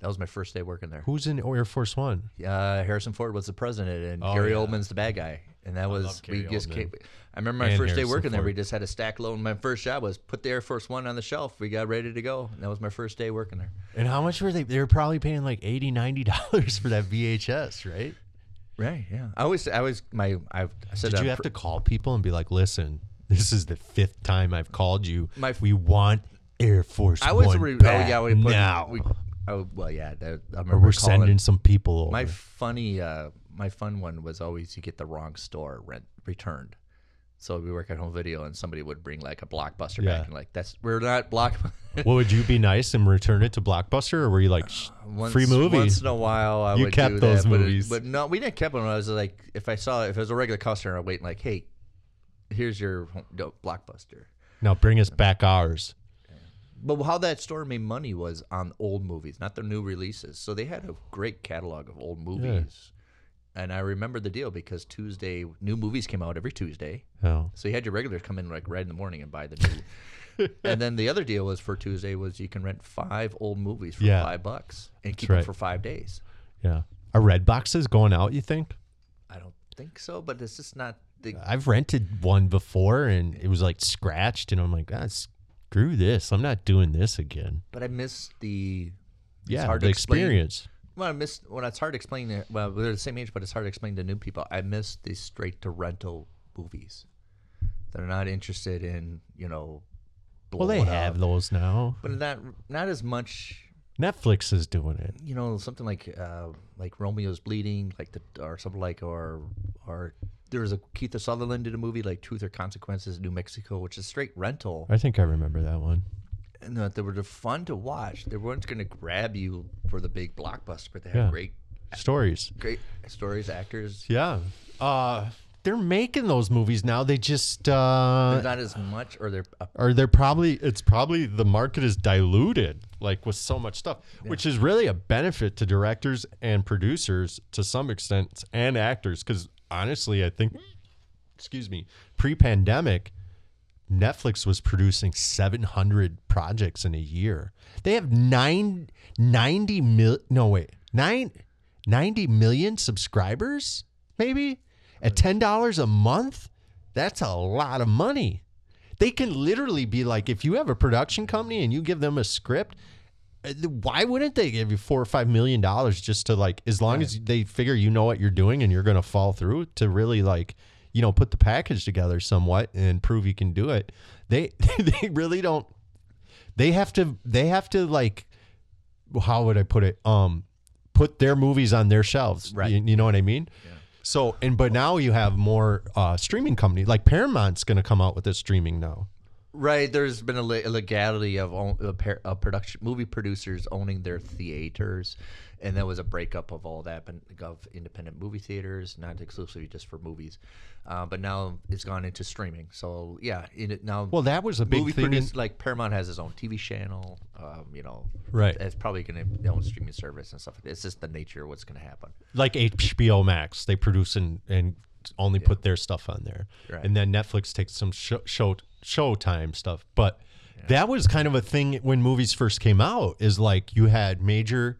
A: That was my first day working there.
B: Who's in Air Force One?
A: Uh, Harrison Ford was the president, and
B: Oh,
A: Gary
B: yeah.
A: Oldman's the bad guy. And that was
B: love
A: we
B: Gary
A: just
B: Oldman.
A: came. I remember my
B: And
A: first day
B: Harrison
A: working there. We
B: Ford.
A: just had a stack load. My first job was put the Air Force One on the shelf. We got ready to go. And that was my first day working there.
B: And how much were they? They were probably paying like 80 $90 for that VHS, right?
A: Right. Yeah. I always, I always, my, I've I said
B: Did
A: that
B: you have to call people and be like, listen, this is the fifth time I've called you.
A: My f-
B: we want Air Force
A: I was
B: One.
A: re-
B: back
A: oh, yeah, we put,
B: now.
A: We, oh well, yeah. That, I remember
B: or we're
A: calling-
B: sending some people over.
A: My funny, uh, my fun one was always you get the wrong store rent returned. So we work at home video, and somebody would bring like a blockbuster
B: Yeah.
A: back, and like that's we're not block.
B: well, would you be nice and return it to Blockbuster, or were you like "Shh,
A: Uh, Once-
B: free movie?
A: Once in a while, I
B: You
A: would
B: kept
A: do
B: those
A: that, but it-
B: movies.
A: but, no, we didn't kept them. I was like, if I saw if it was a regular customer, I'd wait and like, hey, here's your home- no, blockbuster.
B: Now bring us back ours.
A: But how that store made money was on old movies, not the new releases. So they had a great catalog of old movies. And I remember the deal because Tuesday, new movies came out every Tuesday.
B: Oh.
A: So you had your regulars come in like right in the morning and buy the new. and then the other deal was for Tuesday was you can rent five old movies for
B: Yeah.
A: five bucks and keep
B: right.
A: them for five days.
B: Yeah. Are red boxes going out, you think?
A: I don't think so, but it's just not the
B: I've rented one before and it was like scratched and I'm like, ah, screw this. I'm not doing this again.
A: But I miss the. it's
B: yeah,
A: hard
B: the
A: to explain.
B: experience.
A: Well, I miss when it's hard to explain. To, well, they're the same age, but it's hard to explain to new people. I miss the straight to rental movies. They're not interested in you know.
B: Well, they
A: blowing
B: have
A: up.
B: those now.
A: but not not as much.
B: Netflix is doing it.
A: You know, something like uh, like Romeo's Bleeding, like the or something like or or there was a Keith Sutherland did a movie like Truth or Consequences, New Mexico, which is straight rental.
B: I think I remember that one.
A: and that they were just fun to watch. They weren't going to grab you for the big blockbuster, but they had
B: Yeah.
A: great,
B: Stories.
A: great stories, actors.
B: Yeah. Uh, they're making those movies now. They just uh,
A: There's not as much, or they're uh,
B: or they're probably it's probably the market is diluted like with so much stuff which is really a benefit to directors and producers to some extent and actors because honestly i think excuse me pre-pandemic netflix was producing 700 projects in a year they have nine, 90 mil no wait nine, 90 million subscribers maybe at $10 a month that's a lot of money they can literally be like, if you have a production company and you give them a script, uh, th- why wouldn't they give you four or five million dollars just to like, as long as they figure you know what you're doing and you're going to fall through to really like, you know, put the package together somewhat and prove you can do it. They they really don't. They have to. They have to like. How would I put it? Um, put their movies on their shelves.
A: Right.
B: You, you know what I mean? So and but now you have more uh, streaming company like Paramount's going to come out with a streaming now.
A: right. There's been a, le- a legality of own, a, par- a production movie producers owning their theaters, and there was a breakup of all that, but of independent movie theaters, not exclusively just for movies, uh, but now it's gone into streaming. So yeah, in it now.
B: Well, that was a big
A: movie
B: thing. in-
A: produced like Paramount has his own TV channel. Um, you know,
B: Right.
A: It's probably going to their own streaming service and stuff like that. It's just the nature of what's going to happen.
B: like HBO Max, they produce and, and only put their stuff on there,
A: Right.
B: and then Netflix takes some show show showtime stuff. But that was kind of a thing when movies first came out. Is like you had major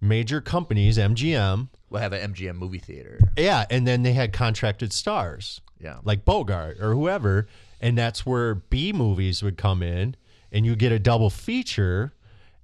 B: major companies, MGM,
A: We'll have an MGM movie theater.
B: yeah, and then they had contracted stars,
A: Yeah.
B: like Bogart or whoever, and that's where B movies would come in, and you get a double feature,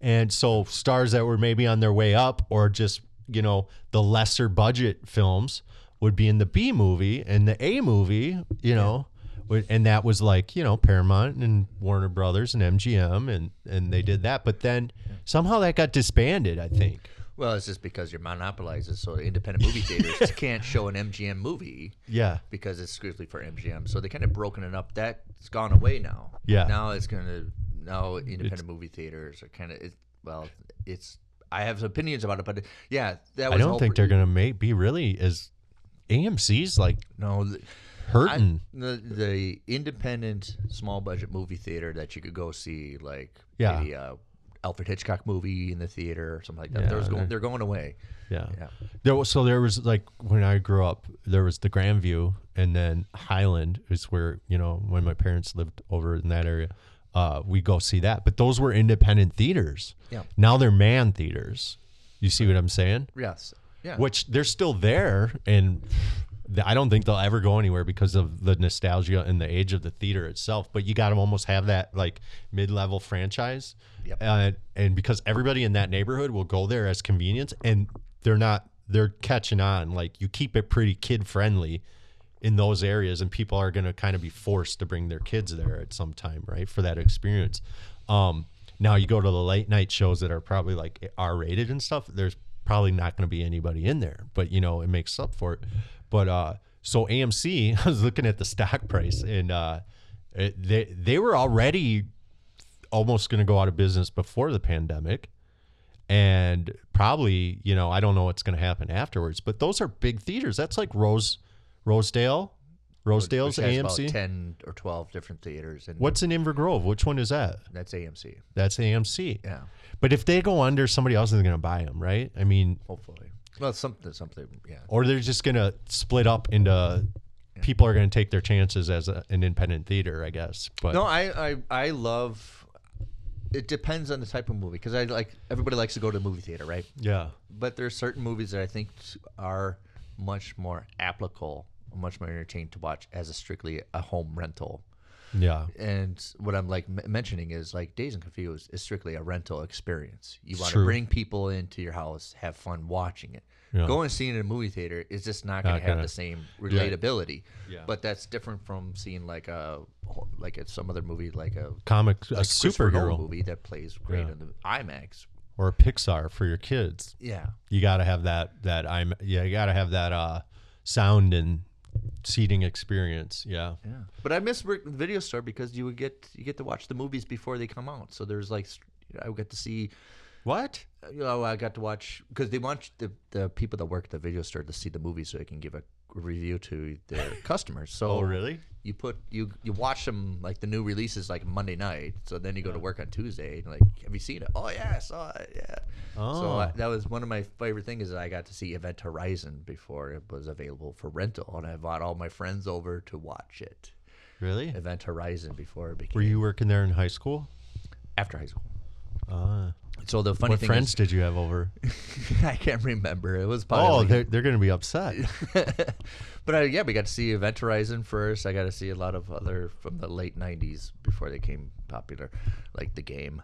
B: and so stars that were maybe on their way up or just you know the lesser budget films would be in the B movie and the A movie, you know, would- and that was like you know Paramount and Warner Brothers and MGM and and they did that, but then somehow that got disbanded, I think.
A: Well, it's just because you're monopolized, so independent movie theaters can't show an MGM movie
B: Yeah.
A: because it's exclusively for MGM. So they kind of broken it up. That's gone away now.
B: Yeah.
A: Now it's going to now independent movie theaters are kind of it, well. It's I have opinions about it, but yeah, that was
B: I don't
A: whole
B: think
A: pr-
B: they're gonna make be really as AMC's like
A: no. th- I-
B: hurting.
A: the, the independent small budget movie theater that you could go see like
B: Yeah.
A: maybe a Alfred Hitchcock movie in the theater or something like that. There's going, they're going away.
B: yeah.
A: Yeah.
B: There was so there was like when I grew up, there was the Grand View and then Highland is where, you know, when my parents lived over in that area, uh, we go see that. But those were independent theaters.
A: Yeah.
B: Now they're man theaters. You see what I'm saying?
A: Yes. Yeah.
B: Which they're still there and th- I don't think they'll ever go anywhere because of the nostalgia and the age of the theater itself. But you got to almost have that like mid-level franchise,
A: Yep.
B: uh, and because everybody in that neighborhood will go there as convenience, and they're not they're catching on. Like you keep it pretty kid friendly in those areas, and people are going to kind of be forced to bring their kids there at some time, right, for that experience. Um, now you go to the late night shows that are probably like R rated and stuff. There's probably not going to be anybody in there, but you know it makes up for it. But uh, so AMC, I was looking at the stock price, and uh, it, they they were already almost going to go out of business before the pandemic, and probably you know I don't know what's going to happen afterwards. But those are big theaters. That's like Rose Rosedale Rosedale's
A: which has about
B: AMC.
A: ten or twelve different theaters, and
B: What's in Inver Grove? Which one is that?
A: that's AMC.
B: That's AMC.
A: Yeah,
B: But if they go under, somebody else is going to buy them, right? I mean,
A: hopefully. Well, something, something. Yeah,
B: or they're just going to split up into people are going to take their chances as a, an independent theater, I guess. But
A: No, I, I I love. It depends on the type of movie because I like everybody likes to go to the movie theater, right?
B: yeah,
A: But there are certain movies that I think are much more applicable, much more entertaining to watch as a strictly a home rental.
B: yeah,
A: And what I'm like m- mentioning is like Days and Confused is strictly a rental experience. You want
B: True.
A: to bring people into your house, have fun watching it.
B: Yeah.
A: Going and seeing it in a movie theater is just not going
B: Not
A: to have
B: gonna-
A: the same relatability.
B: Yeah.
A: But that's different from seeing like a like at some other movie like a
B: comics, a
A: Christopher Nolan
B: superhero
A: movie that plays great
B: Yeah.
A: in the IMAX.
B: or a Pixar for your kids.
A: Yeah.
B: You got to have that. That I'm. Yeah, you got to have that uh, sound and seating experience. Yeah.
A: Yeah. But I miss work- video store because you would get you get to watch the movies before they come out. So there's like st- I would get to see
B: What?
A: you know, I got to watch because they want the, the people that work at the video store to see the movie so they can give a review to their customers. So
B: Oh, really?
A: you put you you watch them like the new releases like Monday night. So then you go to work on Tuesday and like, have you seen it? Oh yeah, I saw it. Yeah. So
B: Oh.
A: I, that was one of my favorite things is I got to see Event Horizon before it was available for rental, and I brought all my friends over to watch it.
B: Really?
A: Event Horizon before it became
B: Were you working there in high school?
A: after high school.
B: Uh,
A: So the funny
B: what
A: thing
B: friends did you have over?
A: is, I can't remember. It was probably
B: Oh,
A: like-
B: they're, they're going to be upset.
A: but I, yeah, we got to see Event Horizon first. I got to see a lot of other from the late '90s before they came popular, like the game.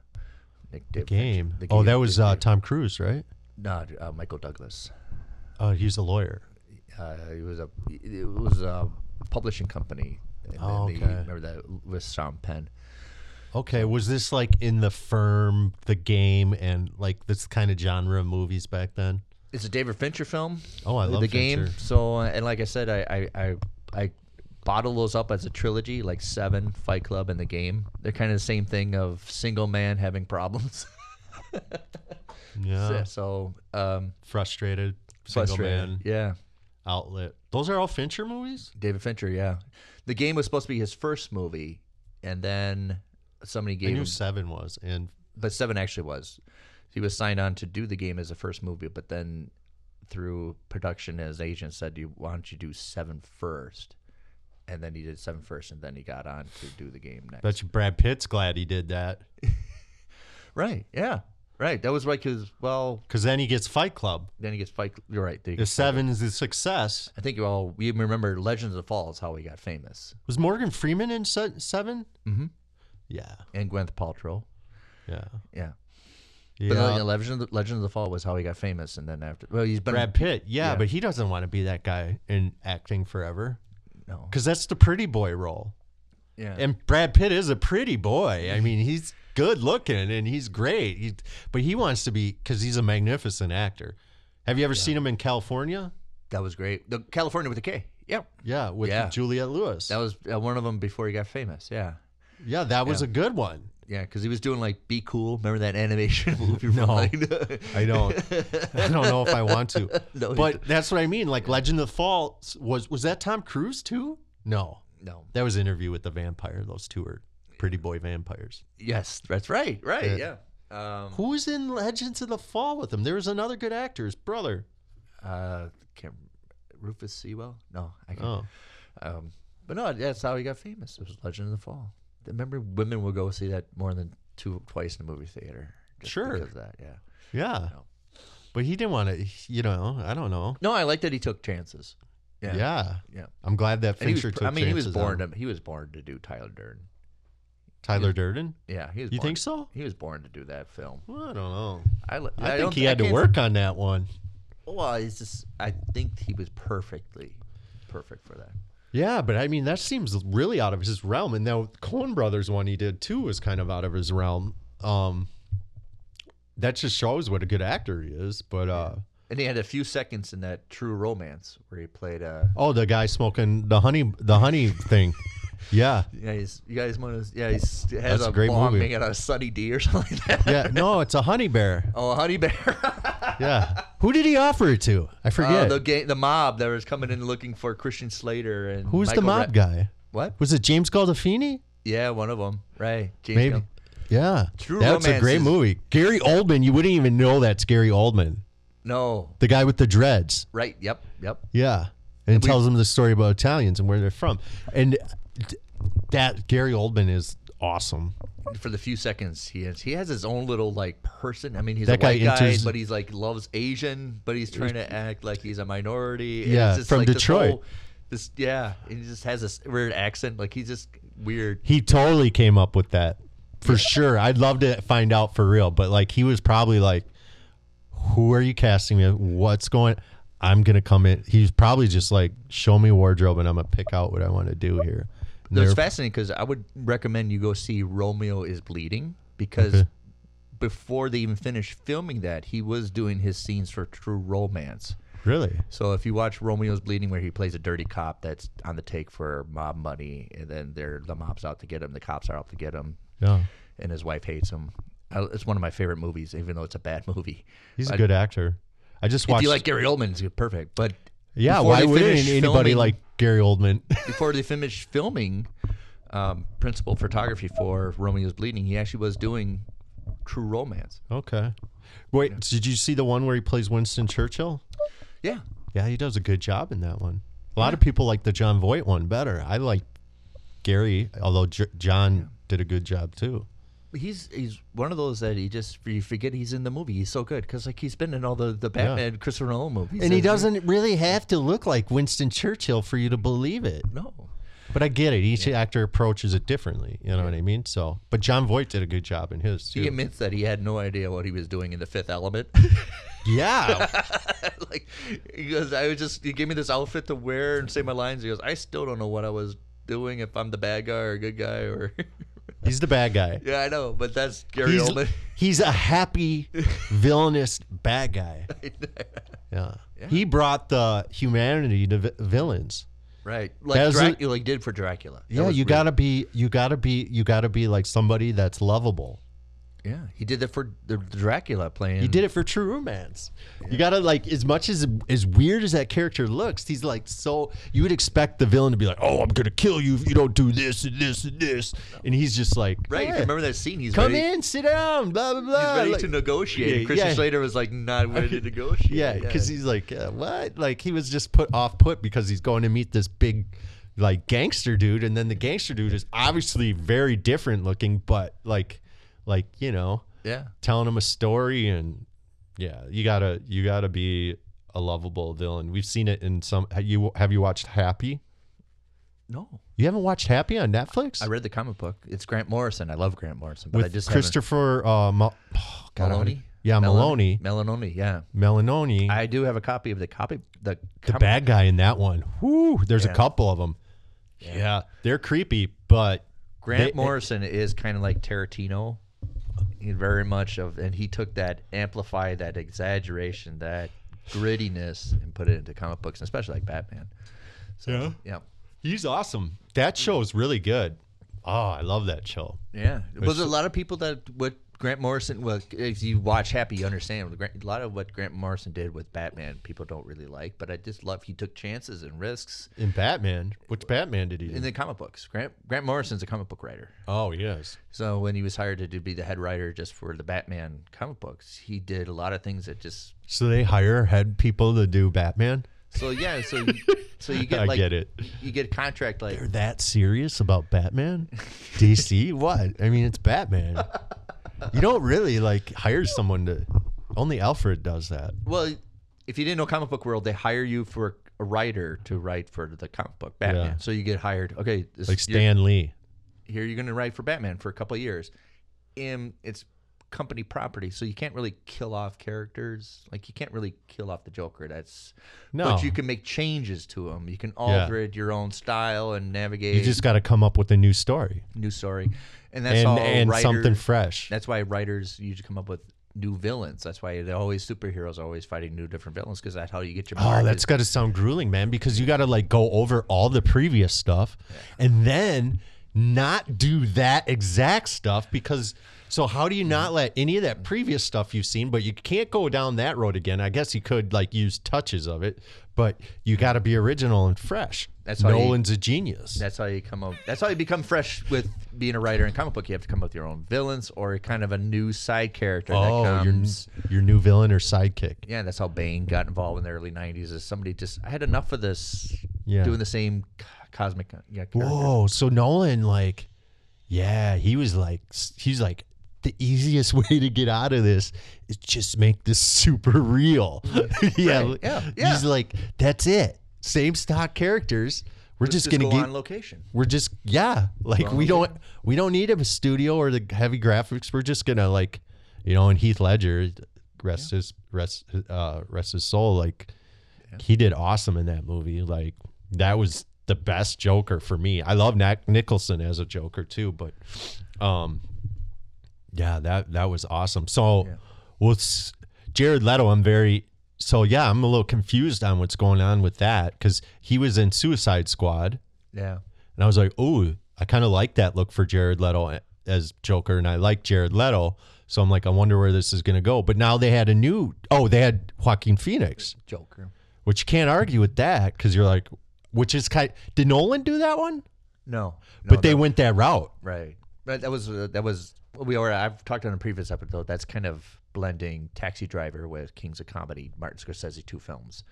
A: Nick Dave
B: Game.
A: mentioned The
B: Oh, that
A: Game.
B: was uh, Tom Cruise, right?
A: no uh, Michael Douglas.
B: Oh, he's a lawyer.
A: Uh, it was a it was a publishing company. And
B: Oh,
A: then they-
B: okay.
A: remember that with Sean Penn.
B: Okay, was this like in the firm, the game, and like this kind of genre of movies back then?
A: It's a David Fincher film.
B: Oh, I love
A: the game.
B: Fincher.
A: So, uh, and like I said, I I, I I bottle those up as a trilogy, like Seven, Fight Club, and the game. They're kind of the same thing of single man having problems.
B: Yeah,
A: so, um,
B: frustrated, Oh. single
A: frustrated.
B: man
A: Yeah,
B: outlet. Those are all Fincher movies.
A: David Fincher. Yeah, the game was supposed to be his first movie, and then somebody
B: I
A: gave
B: knew
A: him,
B: Seven was, and
A: but Seven actually was. He was signed on to do the game as a first movie, but then through production, his agent said, "You why don't you do Seven first? And then he did Seven first, and then he got on to do the game next.
B: bet you Brad Pitt's glad he did that
A: right? Yeah, right. That was like his. Well,
B: because then he gets Fight Club.
A: then he gets Fight. You're right. They,
B: If Seven is a success,
A: I think you all you remember Legends of Falls, how he got famous,
B: was Morgan Freeman in Se- Seven? Mm-hmm. Yeah,
A: and Gwyneth Paltrow.
B: yeah,
A: Yeah.
B: yeah.
A: But uh, yeah. Legend, of the, Legend of the Fall was how he got famous, and then after, well, he's been
B: Brad Pitt, yeah,
A: Yeah.
B: but he doesn't want to be that guy in acting forever
A: No,
B: because that's the pretty boy role.
A: yeah,
B: And Brad Pitt is a pretty boy. I mean, he's good looking and he's great. He, but he wants to be because he's a magnificent actor. Have you ever seen him in California?
A: that was great. The California with a K. Yeah,
B: Yeah, with
A: Yeah.
B: Juliette Lewis.
A: that was uh, one of them before he got famous. Yeah,
B: yeah, that was a good one.
A: yeah, because he was doing like Be Cool. Remember that animation movie? From
B: No.
A: like,
B: I don't. I don't know if I want to.
A: No, you
B: but that's what I mean. Like Legend of the Fall was was that Tom Cruise too? No,
A: no.
B: that was Interview with the Vampire. Those two are pretty boy vampires.
A: Yes, that's right. Right. Yeah. Um,
B: Who was in Legends of the Fall with him? There was another good actor, his brother.
A: uh, can't, Rufus Sewell? No, I can't.
B: Oh,
A: Um, but no, that's how he got famous. It was Legend of the Fall. Remember, women will go see that more than two twice in the movie theater. just
B: Sure.
A: Because of that, yeah.
B: yeah.
A: No.
B: But he didn't want to. You know, I don't know.
A: No, I like that he took chances.
B: Yeah,
A: Yeah. Yeah.
B: I'm glad that
A: And he was
B: Fincher
A: pr-
B: took.
A: I mean, he was
B: chances on
A: born.
B: him.
A: To, he was born to do Tyler Durden.
B: Tyler Durden.
A: Yeah, he was.
B: You
A: born-
B: think so?
A: He was born to do that film.
B: Well, I don't know.
A: I, li-
B: I,
A: don't
B: think he
A: I
B: had to
A: can't-
B: work on that one.
A: Well, it's just. I think he was perfectly perfect for that.
B: Yeah, but I mean, that seems really out of his realm. And now Coen Brothers one he did too was kind of out of his realm. Um, that just shows what a good actor he is. But uh,
A: And he had a few seconds in that True Romance where he played uh, a.
B: oh, the guy smoking the honey, the honey thing. Yeah,
A: Yeah, he's, you guys want to? Yeah, he's, he has
B: That's a
A: a
B: great
A: bomb
B: movie.
A: hanging out of Sunny D or something like that.
B: yeah. No, it's a honey bear.
A: Oh, a honey bear.
B: yeah. Who did he offer it to? I
A: Uh,
B: forget.
A: the ga- the mob that was coming in looking for Christian Slater and
B: Who's
A: Michael
B: the mob
A: Ra-
B: guy?
A: What?
B: Was it James Gandolfini?
A: Yeah, one of them. Right, James
B: Maybe.
A: Gunn.
B: Yeah.
A: True
B: That's a great
A: Romance is-
B: movie. Gary Oldman. You wouldn't even know that's Gary Oldman,
A: No,
B: the guy with the dreads.
A: right. Yep, yep.
B: Yeah. And it tells them the story about Italians and where they're from. And th- that Gary Oldman is awesome.
A: For the few seconds he has, he has his own little like person. I mean, he's
B: That
A: a
B: guy
A: white guy,
B: enters-
A: but he's like loves Asian, but he's trying to act like he's a minority. And
B: Yeah,
A: it's just,
B: from
A: like, this
B: Detroit.
A: whole- This, yeah, and he just has this weird accent. Like he's just weird.
B: He totally came up with that for sure. I'd love to find out for real, but like he was probably like, "Who are you casting me? What's going?" I'm gonna come in. He's probably just like, "Show me wardrobe, and I'm gonna pick out what I want to do here." And
A: It's
B: they're-
A: fascinating because I would recommend you go see Romeo is Bleeding because
B: Okay.
A: before they even finished filming that, he was doing his scenes for True Romance.
B: really,
A: So if you watch Romeo's Bleeding, where he plays a dirty cop that's on the take for mob money, and then they're, the mob's out to get him, the cops are out to get him,
B: yeah,
A: and his wife hates him. I, it's one of my favorite movies, even though it's a bad movie.
B: he's a
A: I-
B: good actor. I just
A: If
B: watched.
A: you like Gary Oldman, it's perfect. But
B: yeah,
A: before
B: why
A: they
B: wouldn't
A: finished
B: anybody
A: filming-
B: like Gary Oldman?
A: before they finished filming um, principal photography for Romeo's Bleeding, he actually was doing True Romance.
B: Okay. Wait, did you see the one where he plays Winston Churchill?
A: Yeah,
B: Yeah, he does a good job in that one. A lot of people like the John Voight one better. I like Gary, although J- John did a good job too.
A: he's he's one of those that he just you forget he's in the movie. He's so good because like he's been in all the the Batman Christopher Nolan movies,
B: And he doesn't really have to look like Winston Churchill for you to believe it.
A: No,
B: But I get it. Each actor approaches it differently. You know what I mean? So, but John Voight did a good job in his
A: he
B: too.
A: admits that he had no idea what he was doing in The Fifth Element.
B: Yeah.
A: like he goes, I was just he gave me this outfit to wear and say my lines. He goes, I still don't know what I was doing if I'm the bad guy or a good guy or.
B: He's the bad guy.
A: yeah, I know, but that's Gary
B: He's,
A: Oldman.
B: he's a happy, villainous bad guy. Yeah. He brought the humanity to vi- villains.
A: Right. Like
B: That was
A: Drac-
B: a-
A: like did for Dracula. That
B: yeah,
A: was really-
B: you gotta be, you gotta be, you gotta be like somebody that's lovable.
A: Yeah, he did that for the the Dracula playing.
B: He did it for True Romance. You gotta like, as much as as weird as that character looks, he's like so. You would expect the villain to be like, "Oh, I'm gonna kill you if you don't do this and this and this," and he's just like,
A: Right. If
B: "Yeah,
A: you remember that scene, he's
B: Come
A: ready,
B: in, sit down, blah blah
A: He's
B: blah."
A: ready
B: Like-
A: to negotiate.
B: Yeah,
A: and Christian
B: yeah.
A: Slater was like, not ready to negotiate.
B: Yeah, because he's like, uh, what? Like he was just put off put because he's going to meet this big, like gangster dude, and then the gangster dude is obviously very different looking, but like, like you know,
A: yeah.
B: telling him a story, and yeah, you gotta you gotta be a lovable villain. We've seen it in some. Have you have you watched Happy?
A: No,
B: You haven't watched Happy on Netflix?
A: I read the comic book. It's Grant Morrison. I love Grant Morrison, but
B: with
A: I just haven't-
B: Christopher uh, Mal- oh, God, I-
A: Maloney.
B: Yeah, Maloney.
A: Maloney. Yeah,
B: Melononi.
A: I do have a copy of the copy. The,
B: the
A: comic-
B: bad guy in that one. Whoo, there's
A: Yeah.
B: a couple of them. Yeah. they're creepy, but
A: Grant
B: They-
A: Morrison is kind of like Tarantino, he very much of, and he took that amplify that exaggeration, that grittiness, and put it into comic books, and especially like Batman. So, yeah, yeah,
B: he's awesome. That show is really good. Oh, I love that show.
A: yeah. Was a lot of people that what Grant Morrison? Well, if you watch Happy, you understand what Grant- a lot of what Grant Morrison did with Batman. People don't really like, but I just love he took chances and risks
B: In Batman, which Batman did he?
A: in
B: Do?
A: the comic books. Grant Grant Morrison's a comic book writer.
B: Oh, yes.
A: So when he was hired to do, be the head writer just for the Batman comic books, he did a lot of things that just
B: So they hire head people to do Batman.
A: so yeah so you, so you get
B: I
A: like
B: get it.
A: you get a contract like
B: They're that serious about Batman? DC? What? I mean, it's Batman. You don't really like hire someone to. Only Alfred does that.
A: well if you didn't know comic book world they hire you for a writer to write for the comic book Batman
B: Yeah.
A: so you get hired okay this,
B: Like
A: you're-
B: Stan Lee.
A: here you're going to write for Batman for a couple of years and it's company property so you can't really kill off characters like you can't really kill off the Joker that's
B: No.
A: but you can make changes to him you can alter it your own style and navigate
B: You just got to come up with a new story.
A: new story and that's
B: and
A: all
B: and
A: writer-
B: something fresh.
A: That's why writers usually come up with new villains. That's why they're always superheroes are always fighting new different villains because that's how you get your.
B: Oh,
A: mark
B: that's
A: is-
B: got to sound grueling, man, because you got to like go over all the previous stuff and then not do that exact stuff because so how do you not let any of that previous stuff you've seen but you can't go down that road again i guess you could like use touches of it but you got to be original and fresh
A: That's how you-
B: nolan's a genius
A: That's how you come up. That's how you become fresh with being a writer in comic book. You have to come up with your own villains or kind of a new side character
B: oh
A: that
B: your,
A: comes.
B: your new villain or sidekick
A: Yeah, that's how Bane got involved in the early '90s. Is somebody just I had enough of this
B: Yeah.
A: doing the same co- cosmic yeah, character.
B: Whoa! So Nolan, like, yeah, he was like, he's like, the easiest way to get out of this is just make this super real. yeah,
A: Right, yeah, yeah.
B: He's like, that's it. Same stock characters. We're
A: Let's
B: just, gonna
A: go
B: get.
A: on location.
B: we're just yeah, like we don't we don't need a studio or the heavy graphics. We're just gonna like, you know, and Heath Ledger, rest his rest uh rest his soul. Like he did awesome in that movie. Like that was the best Joker for me. I love Nick Nicholson as a Joker too, but um, yeah, that that was awesome. So with s- Jared Leto, I'm very so yeah, I'm a little confused on what's going on with that because he was in Suicide Squad.
A: Yeah,
B: And I was like, oh, I kind of like that look for Jared Leto as Joker, and I like Jared Leto. So I'm like, I wonder where this is going to go. But now they had a new, oh, they had Joaquin Phoenix,
A: Joker.
B: which you can't argue with that because you're like, which is kind. Did Nolan do that one?
A: No, no,
B: but they
A: that-
B: went that route.
A: right. But that was uh, that was we were. I've talked on a previous episode. That's kind of blending Taxi Driver with Kings of Comedy, Martin Scorsese two films.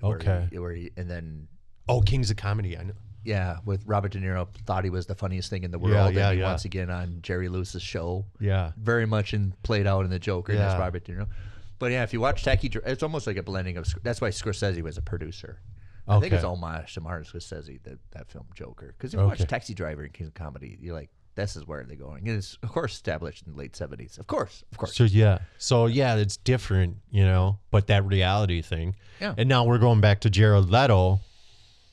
A: where he-
B: Okay.
A: where he, and then
B: Oh, Kings of Comedy. I know.
A: Yeah, with Robert De Niro, thought he was the funniest thing in the world.
B: yeah,
A: and
B: yeah.
A: Once again on Jerry Lewis's show,
B: Yeah.
A: very much in played out in the Joker and as
B: Yeah.
A: Robert De Niro. But yeah, if you watch Tacky, Dr- it's almost like a blending of. Sc- That's why Scorsese was a producer. I think it's
B: Okay.
A: homage to Martin Scorsese that that film Joker. Because if you watch
B: Okay.
A: Taxi Driver and King of Comedy, you're like, this is where they're going. And it's of course established in the late seventies. Of course, of course.
B: So yeah. So yeah, it's different, you know, but that reality thing.
A: Yeah.
B: And now we're going back to Jared Leto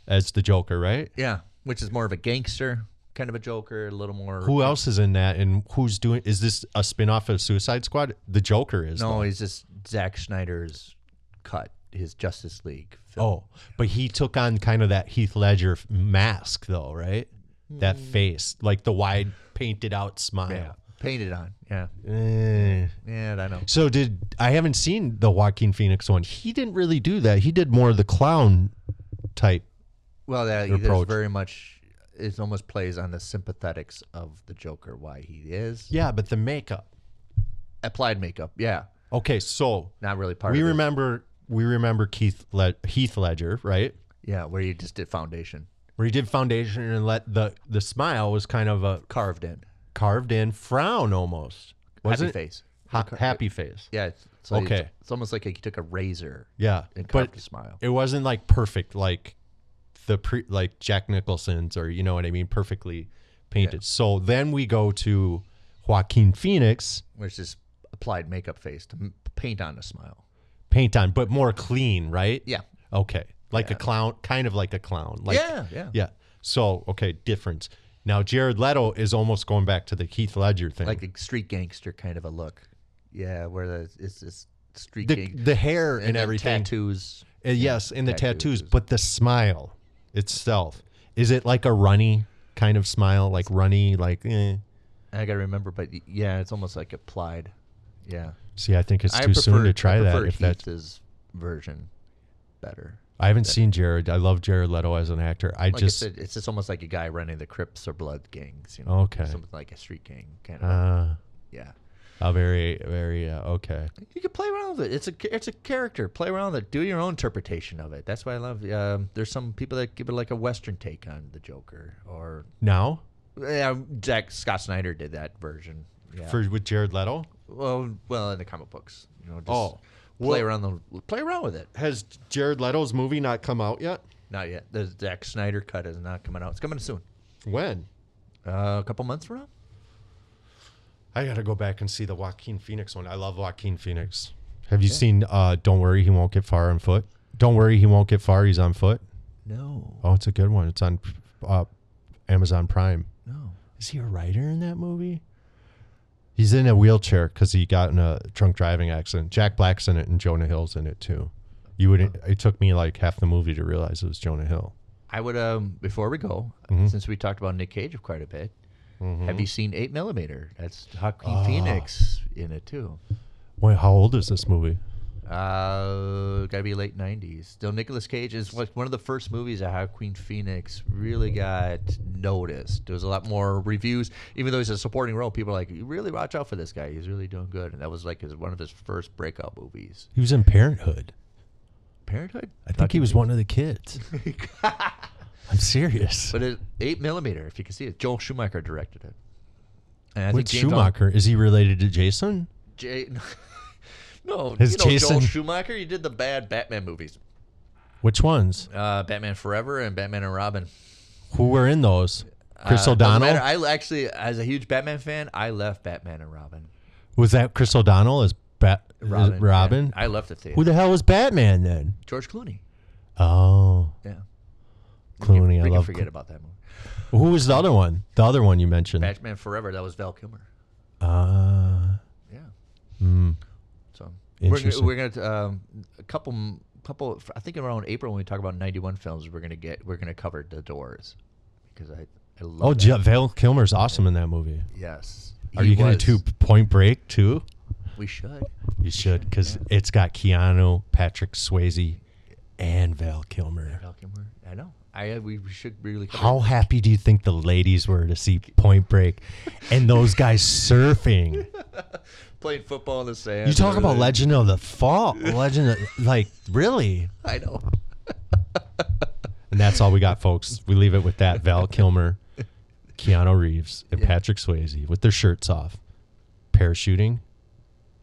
B: as the Joker, right?
A: Yeah, which is more of a gangster kind of a Joker, a little more.
B: Who else is in that and who's doing is this a spin-off of Suicide Squad? The Joker is.
A: No, he's just Zack Snyder's cut, his Justice League
B: though.
A: film.
B: Oh, but he took on kind of that Heath Ledger f- mask though, right? That
A: Hmm.
B: face, like the wide painted out
A: yeah.
B: smile.
A: Painted on. Yeah.
B: Eh.
A: Yeah, I know.
B: So did I haven't seen the Joaquin Phoenix one. He didn't really do that. He did more of the clown type.
A: Well, that
B: Your
A: there's
B: approach.
A: very much it almost plays on the sympathetics of the Joker, why he is.
B: Yeah, but the makeup.
A: Applied makeup, yeah.
B: Okay, so
A: Not really part
B: we
A: of it.
B: remember we remember Keith Led- Heath Ledger, right?
A: Yeah, where you just did foundation.
B: Where he did foundation and let the the smile was kind of a
A: Carved in.
B: carved in frown almost.
A: Happy
B: Wasn't it?
A: face.
B: Ha- happy face.
A: Yeah. It's, it's like-
B: Okay.
A: It's almost like he took a razor
B: Yeah.
A: and carved
B: But
A: a smile.
B: it wasn't like perfect like the pre like Jack Nicholson's or you know what I mean, perfectly painted. So then we go to Joaquin Phoenix
A: Which is applied makeup face to m- paint on a smile.
B: paint on, but more clean, right?
A: Yeah.
B: Okay. Like a clown kind of like a clown. Like
A: yeah, yeah.
B: Yeah. So okay, difference. Now Jared Leto is almost going back to the Keith Ledger thing.
A: like a street gangster kind of a look. Yeah, where the, it's this street
B: the,
A: gang
B: the hair and,
A: then
B: everything.
A: tattoos.
B: Uh, yes, and the
A: tattoos.
B: tattoos, but the smile itself. Is it like a runny kind of smile? Like runny, like, eh.
A: I gotta remember, but y- yeah, it's almost like applied. Yeah,
B: See, I think it's
A: I
B: too soon to try
A: I
B: that.
A: prefer
B: If that's,
A: Heath's version better.
B: I haven't seen Jared. I love Jared Leto as an actor. I
A: Like
B: just,
A: I said, it's just almost like a guy running the Crips or Blood gangs. You know,
B: Okay.
A: something like a street gang kind of.
B: uh,
A: yeah,
B: a very, very, uh, okay.
A: you can play around with it. It's a ca- it's a character. Play around with it. Do your own interpretation of it. That's why I love. Um, there's some people that give it like a Western take on the Joker or
B: Now,
A: Yeah, Jack Scott Snyder did that version. Yeah.
B: for with Jared Leto,
A: well, well, in the comic books, you know, just
B: Oh,
A: play
B: well-
A: around the play around with it.
B: has Jared Leto's movie not come out yet?
A: Not yet. The Zack Snyder cut is not coming out. It's coming soon.
B: When?
A: Uh, a couple months from now.
B: I gotta go back and see the Joaquin Phoenix one. I love Joaquin Phoenix. Have you seen? Uh, Don't worry, he won't get far on foot. Don't worry, he won't get far. He's on foot.
A: No,
B: Oh, it's a good one. It's on uh, Amazon Prime.
A: no.
B: Is he a writer in that movie? He's in a wheelchair because he got in a drunk driving accident. Jack Black's in it, and Jonah Hill's in it too. You would. It took me like half the movie to realize it was Jonah Hill.
A: I would um before we go, since we talked about Nick Cage quite a bit. Have you seen Eight Millimeter? That's Huckabee Phoenix in it too.
B: Wait, how old is this movie?
A: Uh, gotta be late '90s. Still, Nicolas Cage is like one of the first movies that how Queen Phoenix really got noticed. There was a lot more reviews, even though he's a supporting role. People are like, "You really watch out for this guy. He's really doing good." And that was like his one of his first breakout movies.
B: He was in Parenthood.
A: Parenthood.
B: I think he was one of the kids.
A: Oh
B: I'm serious.
A: But it, eight millimeter, if you can see it, Joel Schumacher directed it. And I
B: With
A: James Al-
B: Schumacher, is he related to Jason?
A: J- no,
B: Is
A: you know Joel
B: Jason-
A: Schumacher. He did the bad Batman movies,
B: Which ones?
A: uh, Batman Forever and Batman and Robin.
B: Who were in those? Chris
A: Uh, doesn't
B: O'Donnell?
A: matter. I actually, as a huge Batman fan, I left Batman and Robin.
B: Was that Chris O'Donnell as Bat Robin?
A: Robin. yeah. I left the theater.
B: Who the hell was Batman then?
A: George Clooney.
B: Oh,
A: Yeah.
B: Clooney. I
A: we
B: love.
A: can forget about that movie.
B: Clo- Who was the other one? The other one you mentioned.
A: Batman Forever. That was Val Kilmer.
B: Ah,
A: Yeah. So
B: Hmm. Interesting.
A: we're gonna, we're gonna um, a couple m- couple I think around April when we talk about ninety one films we're gonna get we're gonna cover The Doors because I I love
B: oh,
A: that.
B: J- Val Kilmer's awesome in that movie.
A: yes
B: Are
A: He
B: you gonna
A: was.
B: do Point Break too?
A: we should
B: You should, because it's got Keanu, Patrick Swayze, and Val Kilmer.
A: Val Kilmer I know I uh, we we should really cover
B: How happy do you think the ladies were to see Point Break and those guys surfing?
A: playing football in the sand
B: You talk
A: and
B: about
A: everything.
B: Legend of the Fall, Legend of like really,
A: I know
B: and that's all we got, folks. We leave it with that. Val Kilmer, Keanu Reeves, and
A: Yeah.
B: Patrick Swayze with their shirts off, parachuting.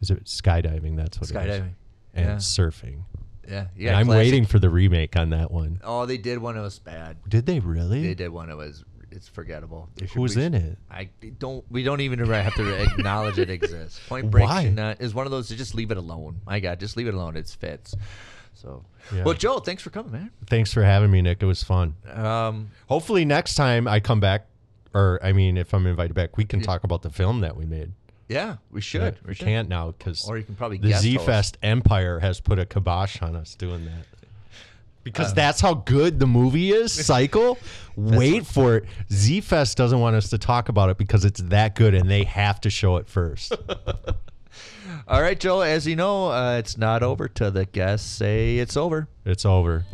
B: Is it skydiving? That's what it is.
A: skydiving
B: And
A: yeah.
B: surfing.
A: yeah yeah
B: And I'm
A: classic.
B: waiting for the remake on that one.
A: oh they did one that was bad
B: Did they really?
A: they did one that was it's forgettable They should-
B: Hmm? Who's
A: we
B: in
A: should-
B: it?
A: I don't. We don't even have to acknowledge it exists. Point Break
B: Why?
A: should not, is one of those to just leave it alone. My God, just leave it alone. It's fits. So,
B: Yeah.
A: well, Joe, thanks for coming, man.
B: Thanks for having me, Nick. It was fun.
A: Um,
B: Hopefully next time I come back, or I mean, if I'm invited back, we can talk about the film that we made.
A: yeah, we should.
B: Yeah,
A: we
B: we
A: should.
B: can't now because
A: Or you can probably
B: the
A: guest
B: Z
A: host.
B: Fest Empire has put a kibosh on us doing that.
A: Uh,
B: Because that's how good the movie is. Cycle. Wait for it. Z Fest doesn't want us to talk about it because it's that good, and they have to show it first.
A: All right, Joe. As you know, uh, it's not over till the guests say it's over.
B: it's over.